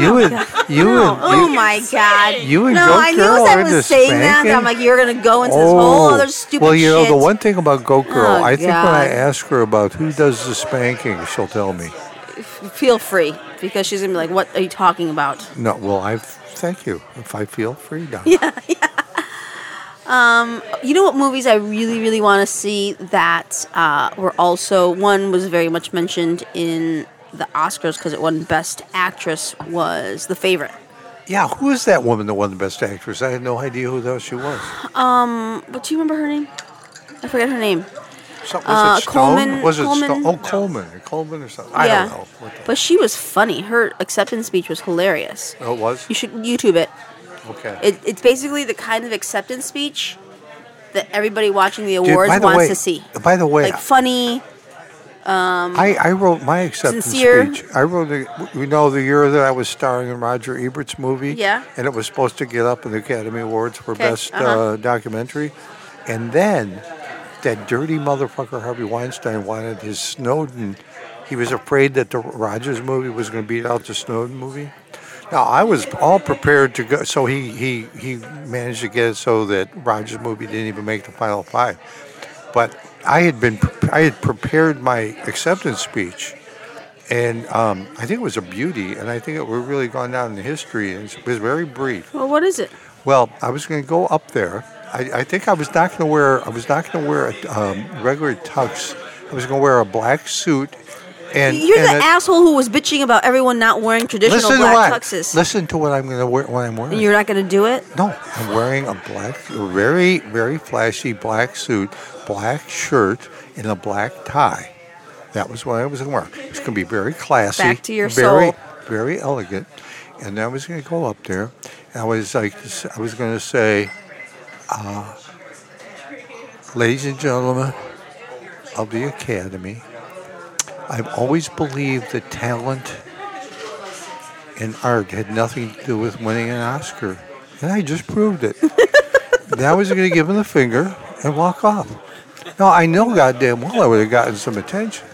Speaker 3: You and you
Speaker 2: No.
Speaker 3: and
Speaker 2: Oh
Speaker 3: you,
Speaker 2: my god.
Speaker 3: you and
Speaker 2: no,
Speaker 3: Go
Speaker 2: I knew as
Speaker 3: Girl
Speaker 2: I
Speaker 3: are
Speaker 2: was
Speaker 3: into
Speaker 2: saying that, that I'm
Speaker 3: spanking? Oh.
Speaker 2: like, you're gonna go into this whole other stupid
Speaker 3: well, you know
Speaker 2: shit.
Speaker 3: the one thing about Go Girl.
Speaker 2: Oh,
Speaker 3: I think when I
Speaker 2: God.
Speaker 3: ask her about who does the spanking, she'll tell me.
Speaker 2: Feel free, because she's gonna be like, "What are you talking about?"
Speaker 3: No, well, I thank you. If I feel free,
Speaker 2: *laughs*
Speaker 3: now.
Speaker 2: You know what movies I really, really want to see that uh, were also one was very much mentioned in the Oscars because it won Best Actress was The Favorite.
Speaker 3: yeah. Who is that woman that won the Best Actress? I had no idea who that she was.
Speaker 2: But do you remember her name? I forget her name.
Speaker 3: Some- was
Speaker 2: Uh,
Speaker 3: it Stone?
Speaker 2: Coleman-
Speaker 3: was it
Speaker 2: Coleman?
Speaker 3: Stone? Oh, Coleman. or Coleman or something. I
Speaker 2: yeah,
Speaker 3: don't know. What the,
Speaker 2: but she was funny. Her acceptance speech was hilarious.
Speaker 3: oh, it was?
Speaker 2: You should YouTube it.
Speaker 3: Okay.
Speaker 2: it it's basically the kind of acceptance speech that everybody watching the
Speaker 3: Dude,
Speaker 2: awards
Speaker 3: by the
Speaker 2: wants
Speaker 3: way,
Speaker 2: to see.
Speaker 3: By the way,
Speaker 2: Like funny.
Speaker 3: I, I wrote my acceptance
Speaker 2: Sincere.
Speaker 3: speech. I wrote, a, you know, the year that I was starring in Roger Ebert's movie.
Speaker 2: Yeah.
Speaker 3: And it was supposed to get up in the Academy Awards for
Speaker 2: Okay,
Speaker 3: Best
Speaker 2: uh-huh.
Speaker 3: uh, Documentary. And then that dirty motherfucker Harvey Weinstein wanted his Snowden. He was afraid that the Rogers movie was going to beat out the Snowden movie. Now I was all prepared to go, so he he he managed to get it so that Rogers movie didn't even make the final five. But I had been pre- I had prepared my acceptance speech, and um, I think it was a beauty, and I think it were really gone down in history. And it was very brief.
Speaker 2: Well, what is it?
Speaker 3: Well, I was going to go up there. I, I think I was not going to wear. I was not going to wear a um, regular tux. I was going to wear a black suit. And
Speaker 2: You're
Speaker 3: and
Speaker 2: the
Speaker 3: a-
Speaker 2: asshole who was bitching about everyone not wearing traditional
Speaker 3: Listen to
Speaker 2: black
Speaker 3: what.
Speaker 2: tuxes.
Speaker 3: Listen to what I'm going to wear. What I'm wearing.
Speaker 2: And you're not going to do it?
Speaker 3: no, I'm wearing a black, a very very flashy black suit, black shirt, and a black tie. That was what I was going to wear. It's going to be very classy.
Speaker 2: Back to your
Speaker 3: very,
Speaker 2: soul.
Speaker 3: Very elegant. And I was going to go up there. And I was like, I was going to say, uh, ladies and gentlemen of the academy, I've always believed that talent and art had nothing to do with winning an Oscar. And I just proved it. now I was going to give him the finger and walk off. Now I know goddamn well I would have gotten some attention.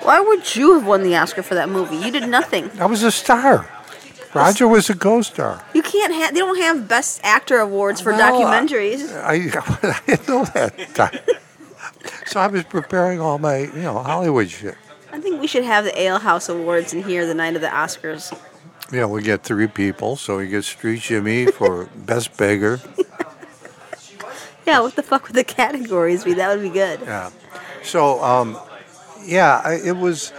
Speaker 2: Why would you have won the Oscar for that movie? You did nothing.
Speaker 3: I was a star. Roger was a co-star.
Speaker 2: You can't have. They don't have Best Actor awards for
Speaker 3: Well, I-
Speaker 2: documentaries.
Speaker 3: I, *laughs* I didn't know that. so I was preparing all my, you know, Hollywood shit.
Speaker 2: I think we should have the Ale House Awards in here the night of the Oscars.
Speaker 3: You know, we get three people, so we get Street Jimmy for best beggar.
Speaker 2: Yeah, what the fuck would the *laughs* categories be? That would be good.
Speaker 3: Yeah. So, um, yeah, I, it was.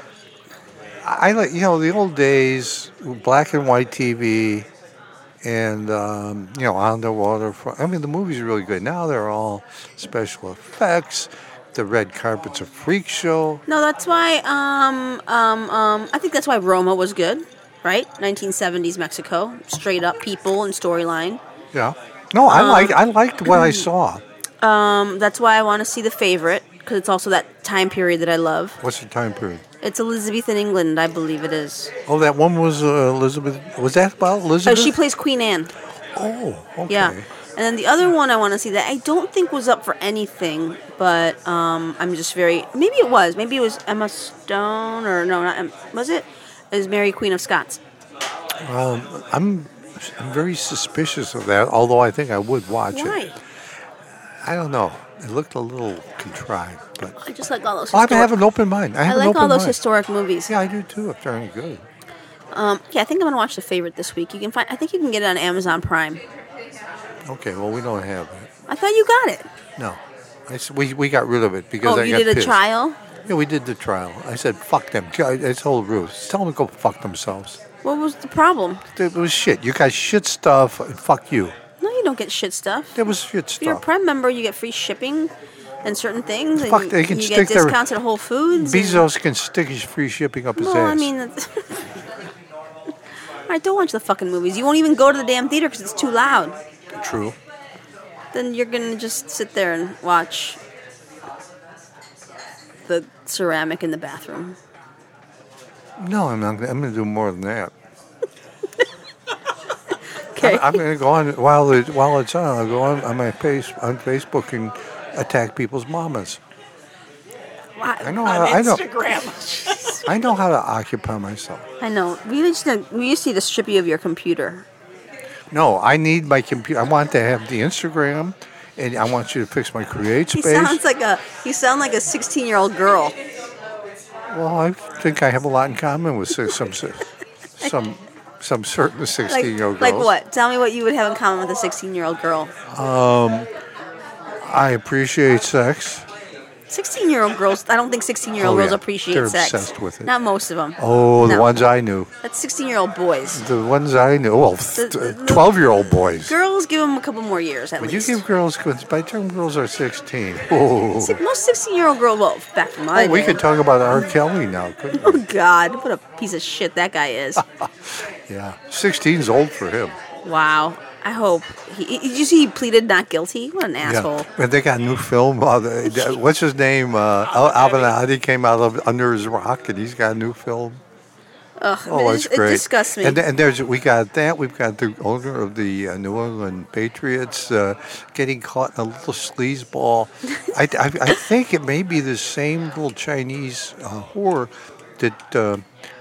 Speaker 3: I I like you know the old days, black and white TV, and um, you know on the waterfront. I mean, the movies are really good now. They're all special effects. The red carpet's a freak show.
Speaker 2: No, that's why. Um, um, um, I think that's why Roma was good, right? 1970s Mexico, straight up people and storyline. Uh, *clears throat*
Speaker 3: Yeah. No, I like I liked what I saw.
Speaker 2: Um, that's why I want to see the favorite because it's also that time period that I love.
Speaker 3: What's the time period?
Speaker 2: It's Elizabethan England, I believe it is.
Speaker 3: Oh, that one was uh, Elizabeth. Was that about
Speaker 2: So
Speaker 3: Elizabeth?
Speaker 2: Oh, she plays Queen Anne.
Speaker 3: Oh, okay.
Speaker 2: Yeah. And then the other one I want to see that I don't think was up for anything, but um, I'm just very maybe it was maybe it was Emma Stone or no not Em- was it? It was Mary Queen of Scots.
Speaker 3: Um, I'm, I'm very suspicious of that. Although I think I would watch
Speaker 2: Why?
Speaker 3: it. I don't know. It looked a little contrived, but
Speaker 2: I just like all those.
Speaker 3: Well, I
Speaker 2: historic-
Speaker 3: have an open mind. I,
Speaker 2: I
Speaker 3: have an
Speaker 2: like
Speaker 3: open
Speaker 2: all those
Speaker 3: mind.
Speaker 2: historic movies.
Speaker 3: Yeah, I do too. If they're any good.
Speaker 2: Um, yeah, I think I'm gonna watch The Favorite this week. You can find. I think you can get it on Amazon Prime.
Speaker 3: Okay. Well, we don't have it.
Speaker 2: I thought you got it.
Speaker 3: No. I s we, we got rid of it because
Speaker 2: Oh,
Speaker 3: I
Speaker 2: you
Speaker 3: got
Speaker 2: did a
Speaker 3: pissed.
Speaker 2: trial.
Speaker 3: Yeah, we did the trial. I said, "Fuck them." I, I told Ruth, "Tell them to go fuck themselves."
Speaker 2: What was the problem?
Speaker 3: It was shit. You got shit stuff. And fuck you.
Speaker 2: No, you don't get shit stuff.
Speaker 3: It was shit stuff.
Speaker 2: If you're a Prime member, you get free shipping and certain things. And
Speaker 3: Fuck,
Speaker 2: you,
Speaker 3: they can
Speaker 2: you
Speaker 3: stick
Speaker 2: get
Speaker 3: their-
Speaker 2: discounts at Whole Foods. and-
Speaker 3: Bezos can stick his free shipping up his
Speaker 2: Well,
Speaker 3: ass.
Speaker 2: I mean, that's- *laughs* I don't watch the fucking movies. You won't even go to the damn theater because it's too loud.
Speaker 3: True.
Speaker 2: Then you're gonna just sit there and watch the ceramic in the bathroom.
Speaker 3: No, I'm not. gonna- I'm going to do more than that.
Speaker 2: Okay.
Speaker 3: I'm going to go on while it, while it's on. I'll go on, on my face on Facebook and attack people's mamas. I know. how, I
Speaker 4: on
Speaker 3: know.
Speaker 4: Instagram.
Speaker 3: I know how to occupy myself.
Speaker 2: I know. We just need- we just need to strip you of your computer.
Speaker 3: No, I need my computer. I want to have the Instagram, and I want you to fix my create
Speaker 2: He
Speaker 3: space.
Speaker 2: sounds like a you sound like a 16 year old girl.
Speaker 3: well, I think I have a lot in common with si- some si- some some certain
Speaker 2: Like
Speaker 3: sixteen-year-old
Speaker 2: like
Speaker 3: girls.
Speaker 2: what? Tell me what you would have in common with a 16 year old girl.
Speaker 3: I appreciate sex.
Speaker 2: 16 year old girls. I don't think 16 year old
Speaker 3: Oh,
Speaker 2: girls
Speaker 3: yeah.
Speaker 2: appreciate
Speaker 3: They're
Speaker 2: sex.
Speaker 3: obsessed with it.
Speaker 2: Not most of them.
Speaker 3: Oh, the
Speaker 2: No.
Speaker 3: ones I knew.
Speaker 2: That's 16 year old boys.
Speaker 3: The ones I knew. Well,
Speaker 2: the- the-
Speaker 3: twelve-year-old boys.
Speaker 2: Girls give them a couple more years at
Speaker 3: But you
Speaker 2: least.
Speaker 3: give girls, by the time girls are 16. *laughs* Oh,
Speaker 2: Si- most 16 year old girl, well, back in my
Speaker 3: oh we
Speaker 2: day.
Speaker 3: could talk about R. Kelly now, couldn't we?
Speaker 2: Oh, God. What a piece of shit that guy
Speaker 3: *laughs*
Speaker 2: is.
Speaker 3: Yeah. 16's old for him.
Speaker 2: wow. I hope. He, he- did you see he pleaded not guilty? What an
Speaker 3: *laughs*
Speaker 2: asshole.
Speaker 3: Yeah. But they got a new film. Uh, the- the- what's his name? Uh,
Speaker 2: Oh,
Speaker 3: Al- Alvin Adi came out of under his rock, and he's got a new film.
Speaker 2: Ugh, I mean,
Speaker 3: Oh,
Speaker 2: it,
Speaker 3: it's
Speaker 2: just- it
Speaker 3: great.
Speaker 2: disgusts me.
Speaker 3: And, th- and there's we got that. We've got the owner of the uh, New England Patriots uh, getting caught in a little sleazeball. I, I, I think it may be the same little Chinese uh, whore that uh,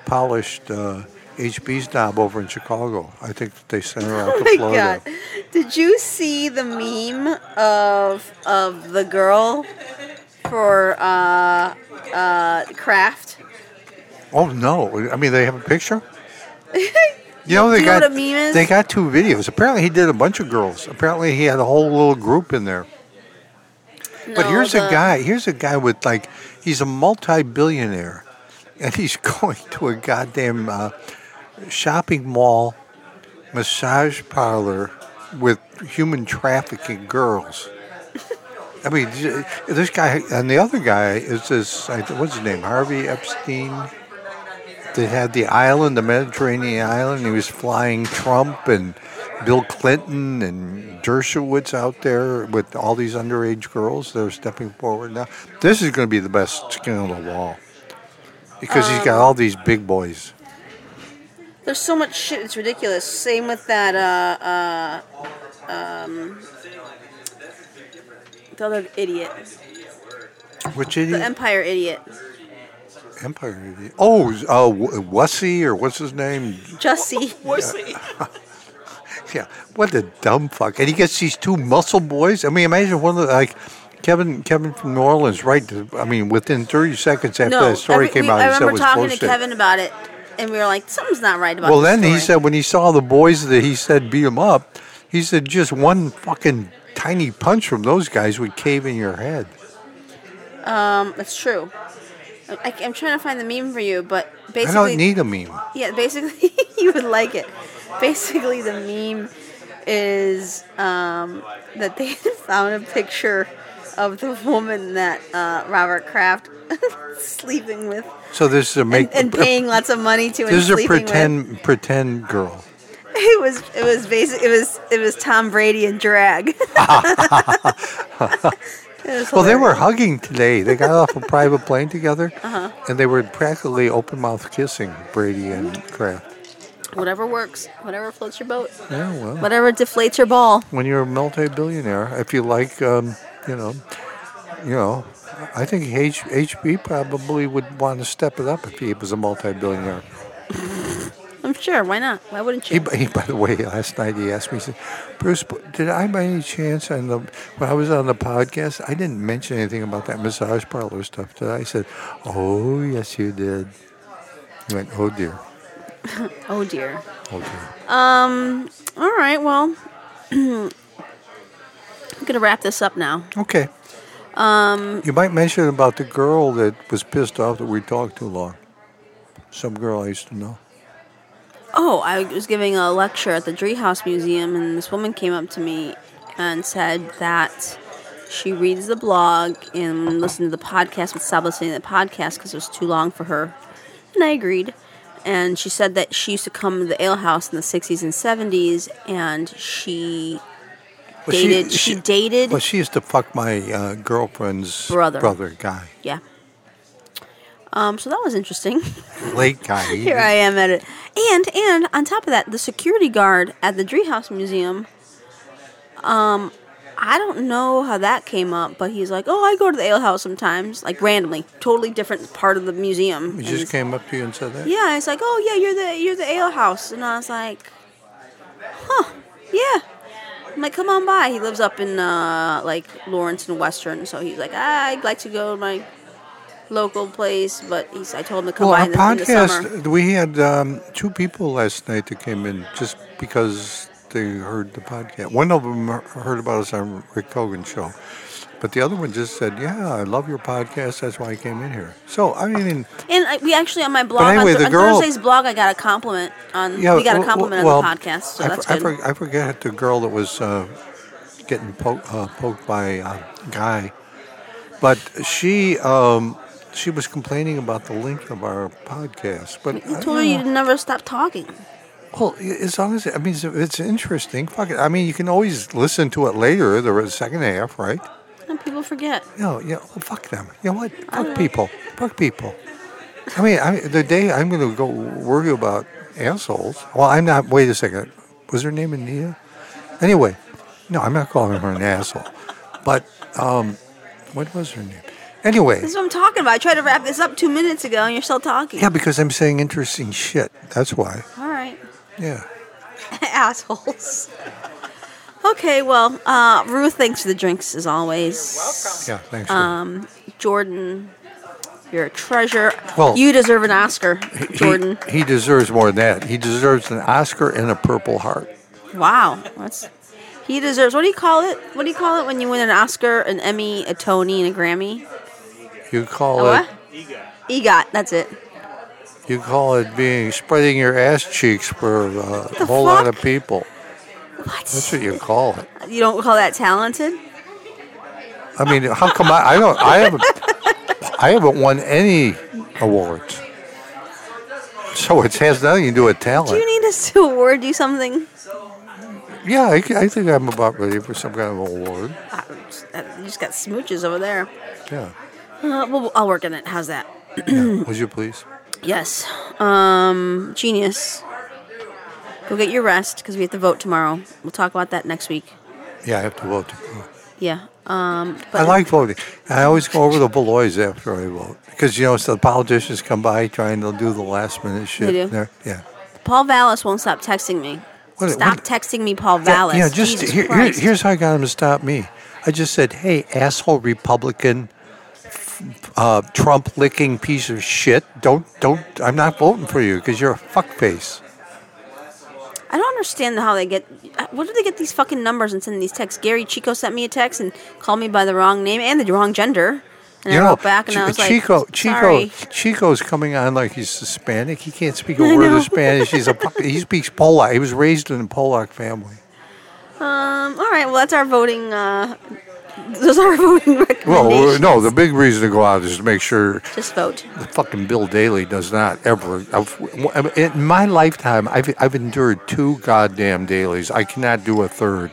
Speaker 3: polished uh, HB's knob over in Chicago. I think that they sent her out
Speaker 2: Oh
Speaker 3: to
Speaker 2: my
Speaker 3: Florida.
Speaker 2: god! Did you see the meme of of the girl for uh, uh, Kraft?
Speaker 3: Oh no! I mean, they have a
Speaker 2: *laughs*
Speaker 3: picture. You know, they
Speaker 2: Do you know
Speaker 3: got
Speaker 2: what a meme is?
Speaker 3: they got two videos. Apparently, he did a bunch of girls. Apparently, he had a whole little group in there. But
Speaker 2: No,
Speaker 3: here's
Speaker 2: the-
Speaker 3: a guy. Here's a guy with like, he's a multi-billionaire, and he's *laughs* going to a goddamn uh, shopping mall massage parlor with human trafficking girls. I mean, j- this guy and the other guy is this. I- What's his name? Harvey Epstein. They had the island, the Mediterranean island. He was flying Trump and Bill Clinton and Dershowitz out there with all these underage girls that are stepping forward now. This is going to be the best skin on the wall because he's got all these big boys.
Speaker 2: There's so much shit. It's ridiculous. Same with that. Uh, uh, um, the other idiot,
Speaker 3: Which idiot?
Speaker 2: the Empire idiot,
Speaker 3: Empire idiot. Oh, uh, W- Wussy or what's his name?
Speaker 2: Jussie.
Speaker 4: Was he?
Speaker 3: *laughs* Yeah, what a dumb fuck. And he gets these two muscle boys. I mean, imagine one of the, like Kevin Kevin from New Orleans, right? to- I mean, within 30 seconds after
Speaker 2: No,
Speaker 3: that story
Speaker 2: every-
Speaker 3: came
Speaker 2: we-
Speaker 3: out,
Speaker 2: I
Speaker 3: he said it
Speaker 2: remember
Speaker 3: was
Speaker 2: talking
Speaker 3: bullshit.
Speaker 2: to Kevin about it, and we were like, something's not right about.
Speaker 3: well,
Speaker 2: this
Speaker 3: then he
Speaker 2: story.
Speaker 3: said when he saw the boys that he said beat him up, he said just one fucking tiny punch from those guys would cave in your head.
Speaker 2: um, "That's true." I, I'm trying to find the meme for you, but basically,
Speaker 3: I don't need a meme.
Speaker 2: Yeah, basically, *laughs* you would like it. Basically, the meme is um, that they *laughs* found a picture of the woman that uh, Robert Kraft *laughs* sleeping with
Speaker 3: So this is a make
Speaker 2: and, and paying lots of money to.
Speaker 3: uh, this is
Speaker 2: and
Speaker 3: a
Speaker 2: sleeping with.
Speaker 3: pretend pretend girl.
Speaker 2: *laughs* It was it *laughs* was basic. It was it was Tom Brady in drag. was
Speaker 3: Well, they were
Speaker 2: hilarious.
Speaker 3: hugging today. They got off a private plane together, and they were practically open mouth kissing Brady and Kraft.
Speaker 2: Whatever works, whatever floats your boat,
Speaker 3: Yeah, well,
Speaker 2: whatever deflates your ball.
Speaker 3: when you're a multi-billionaire, if you like, um, you know, you know, I think H- HB probably would want to step it up if he was a multi-billionaire.
Speaker 2: I'm sure. Why not? Why wouldn't
Speaker 3: He,
Speaker 2: you?
Speaker 3: by- he, by the way, last night he asked me, he said, Bruce, did I by any chance on the when I was on the podcast, I didn't mention anything about that massage parlor stuff, did I? I said, Oh yes, you did. He went, Oh dear,
Speaker 2: Oh dear.
Speaker 3: oh dear.
Speaker 2: Um, All right. Well, *clears throat* I'm gonna wrap this up now.
Speaker 3: Okay. Um, you might mention about the girl that was pissed off that we talked too long. Some girl I used to know.
Speaker 2: Oh, I was giving a lecture at the Driehaus Museum, and this woman came up to me and said that she reads the blog and listens to the podcast, but stopped listening to the podcast because it was too long for her. And I agreed. And she said that she used to come to the ale house in the 60s and 70s, and she
Speaker 3: Well,
Speaker 2: dated. She, dated.
Speaker 3: Well, she used to fuck my uh, girlfriend's
Speaker 2: Brother.
Speaker 3: guy,
Speaker 2: yeah. Um, so that was interesting. *laughs*
Speaker 3: late guy. He-
Speaker 2: Here I am at it. And and on top of that, the security guard at the Driehaus Museum. Um, I don't know how that came up, but he's like, "Oh, I go to the ale house sometimes, like randomly, totally different part of the museum."
Speaker 3: he
Speaker 2: And
Speaker 3: just
Speaker 2: he's-
Speaker 3: came up to you and said that.
Speaker 2: yeah, it's like, "Oh yeah, you're the you're the ale house," and I was like, "Huh, yeah." I'm like, "Come on by." He lives up in uh, like Lawrence and Western, so he's like, "Ah, "I'd like to go to my." Local place, but he's. I told him to come
Speaker 3: Well,
Speaker 2: by
Speaker 3: our
Speaker 2: in the, in the summer.
Speaker 3: podcast, we had um, two people last night that came in just because they heard the podcast. One of them heard about us on Rick Hogan's show, but the other one just said, "Yeah, I love your podcast. That's why I came in here." So I mean,
Speaker 2: And I, we actually on my blog
Speaker 3: But
Speaker 2: on,
Speaker 3: anyway, the
Speaker 2: th- on
Speaker 3: girl-
Speaker 2: Thursday's blog, I got a compliment on.
Speaker 3: yeah,
Speaker 2: we got a
Speaker 3: well,
Speaker 2: compliment
Speaker 3: well,
Speaker 2: on the podcast, so
Speaker 3: I,
Speaker 2: that's
Speaker 3: for- I,
Speaker 2: good.
Speaker 3: for- I forget the girl that was uh, getting po- uh, poked by a guy, but she. Um, she was complaining about the length of our podcast, but
Speaker 2: you
Speaker 3: I
Speaker 2: told her
Speaker 3: don't
Speaker 2: you never stop talking.
Speaker 3: Well, i- as long as I mean, it's, it's interesting. Fuck it. I mean, you can always listen to it later, the second half, right?
Speaker 2: And people forget.
Speaker 3: No, yeah. Well, fuck them. You know what? Fuck people. Fuck people. I mean, I, the day I'm going to go worry about assholes. Well, I'm not. Wait a second. Was her name Anita? Anyway, no, I'm not calling her an asshole. But um, what was her name? Anyway,
Speaker 2: This is what I'm talking about. I tried to wrap this up two minutes ago, and you're still talking.
Speaker 3: yeah, because I'm saying interesting shit. That's why.
Speaker 2: All right, *laughs*
Speaker 3: Yeah.
Speaker 2: assholes. okay, well, uh, Ruth, thanks for the drinks as always.
Speaker 3: Yeah. Thanks.
Speaker 2: Um, Jordan, you're a treasure.
Speaker 3: Well-
Speaker 2: you deserve an Oscar,
Speaker 3: He-
Speaker 2: Jordan.
Speaker 3: He, deserves more than that. He deserves an Oscar and a Purple Heart.
Speaker 2: Wow, that's he deserves. What do you call it? What do you call it when you win an Oscar, an Emmy, a Tony, and a Grammy?
Speaker 3: You call
Speaker 2: A
Speaker 3: it.
Speaker 2: what? EGOT. That's it.
Speaker 3: You call it being spreading your ass cheeks for uh, a whole lot of
Speaker 2: fuck?
Speaker 3: people. That's
Speaker 2: What?
Speaker 3: what you call it.
Speaker 2: You don't call that talented?
Speaker 3: I mean, how come I, I don't? I haven't. *laughs* I haven't won any awards. So it has nothing to do with
Speaker 2: Do
Speaker 3: talent.
Speaker 2: you need us to award you something?
Speaker 3: Yeah, I, I think I'm about ready for some kind of award.
Speaker 2: Ah, You just got smooches over there.
Speaker 3: Yeah.
Speaker 2: Uh, well, I'll work on it. How's that?
Speaker 3: Would you please?
Speaker 2: Yes. Um, genius. Go get your rest because we have to vote tomorrow. We'll talk about that next week.
Speaker 3: Yeah, I have to vote.
Speaker 2: Yeah. Um, but
Speaker 3: I like voting. I always go over to Beloy's after I vote because you know so the politicians come by trying to do the last minute shit.
Speaker 2: They do?
Speaker 3: there. Yeah.
Speaker 2: Paul Vallis won't stop texting me.
Speaker 3: What-
Speaker 2: stop
Speaker 3: what-
Speaker 2: texting me, Paul Vallis.
Speaker 3: yeah. Just
Speaker 2: Jesus
Speaker 3: here, here-
Speaker 2: Christ.
Speaker 3: here's how I got him to stop me. I just said, "Hey, asshole Republican, f- uh, Trump licking piece of shit! Don't, don't! I'm not voting for you because you're a fuckface."
Speaker 2: I don't understand how they get. What do they get these fucking numbers and send these texts? Gary Chico sent me a text and called me by the wrong name and the wrong gender. And
Speaker 3: you
Speaker 2: I
Speaker 3: know,
Speaker 2: wrote back and I
Speaker 3: Chi-
Speaker 2: was
Speaker 3: Chico,
Speaker 2: like,
Speaker 3: Chico,
Speaker 2: sorry.
Speaker 3: Chico's coming on like he's Hispanic. He can't speak
Speaker 2: *laughs*
Speaker 3: a
Speaker 2: I
Speaker 3: word
Speaker 2: know.
Speaker 3: of Spanish. He's a pu- he speaks Polak. He was raised in a Polak family.
Speaker 2: Um, all right, well that's our voting. Uh, those are our *laughs* voting
Speaker 3: Well, uh,
Speaker 2: recommendations.
Speaker 3: no, the big reason to go out is to make sure
Speaker 2: Just vote.
Speaker 3: the fucking Bill Daley does not ever. uh, I've- In my lifetime, I've, I've endured two goddamn dailies. I cannot do a third.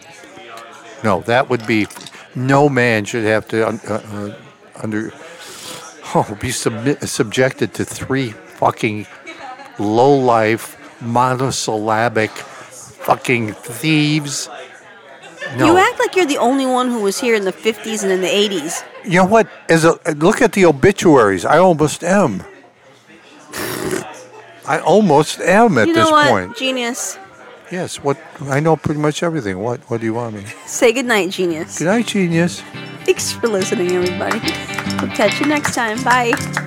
Speaker 3: No, that would be no man should have to un- uh, uh, under oh, be submi- subjected to three fucking low life monosyllabic fucking thieves. No.
Speaker 2: You act like you're the only one who was here in the 50s and in the 80s.
Speaker 3: You know what? As a look at the obituaries, I almost am. *laughs* I almost am at
Speaker 2: you
Speaker 3: this
Speaker 2: know what?
Speaker 3: point.
Speaker 2: Genius.
Speaker 3: Yes. What I know pretty much everything. What What do you want me?
Speaker 2: Say goodnight, genius.
Speaker 3: Good night, genius.
Speaker 2: Thanks for listening, everybody. We'll catch you next time. Bye.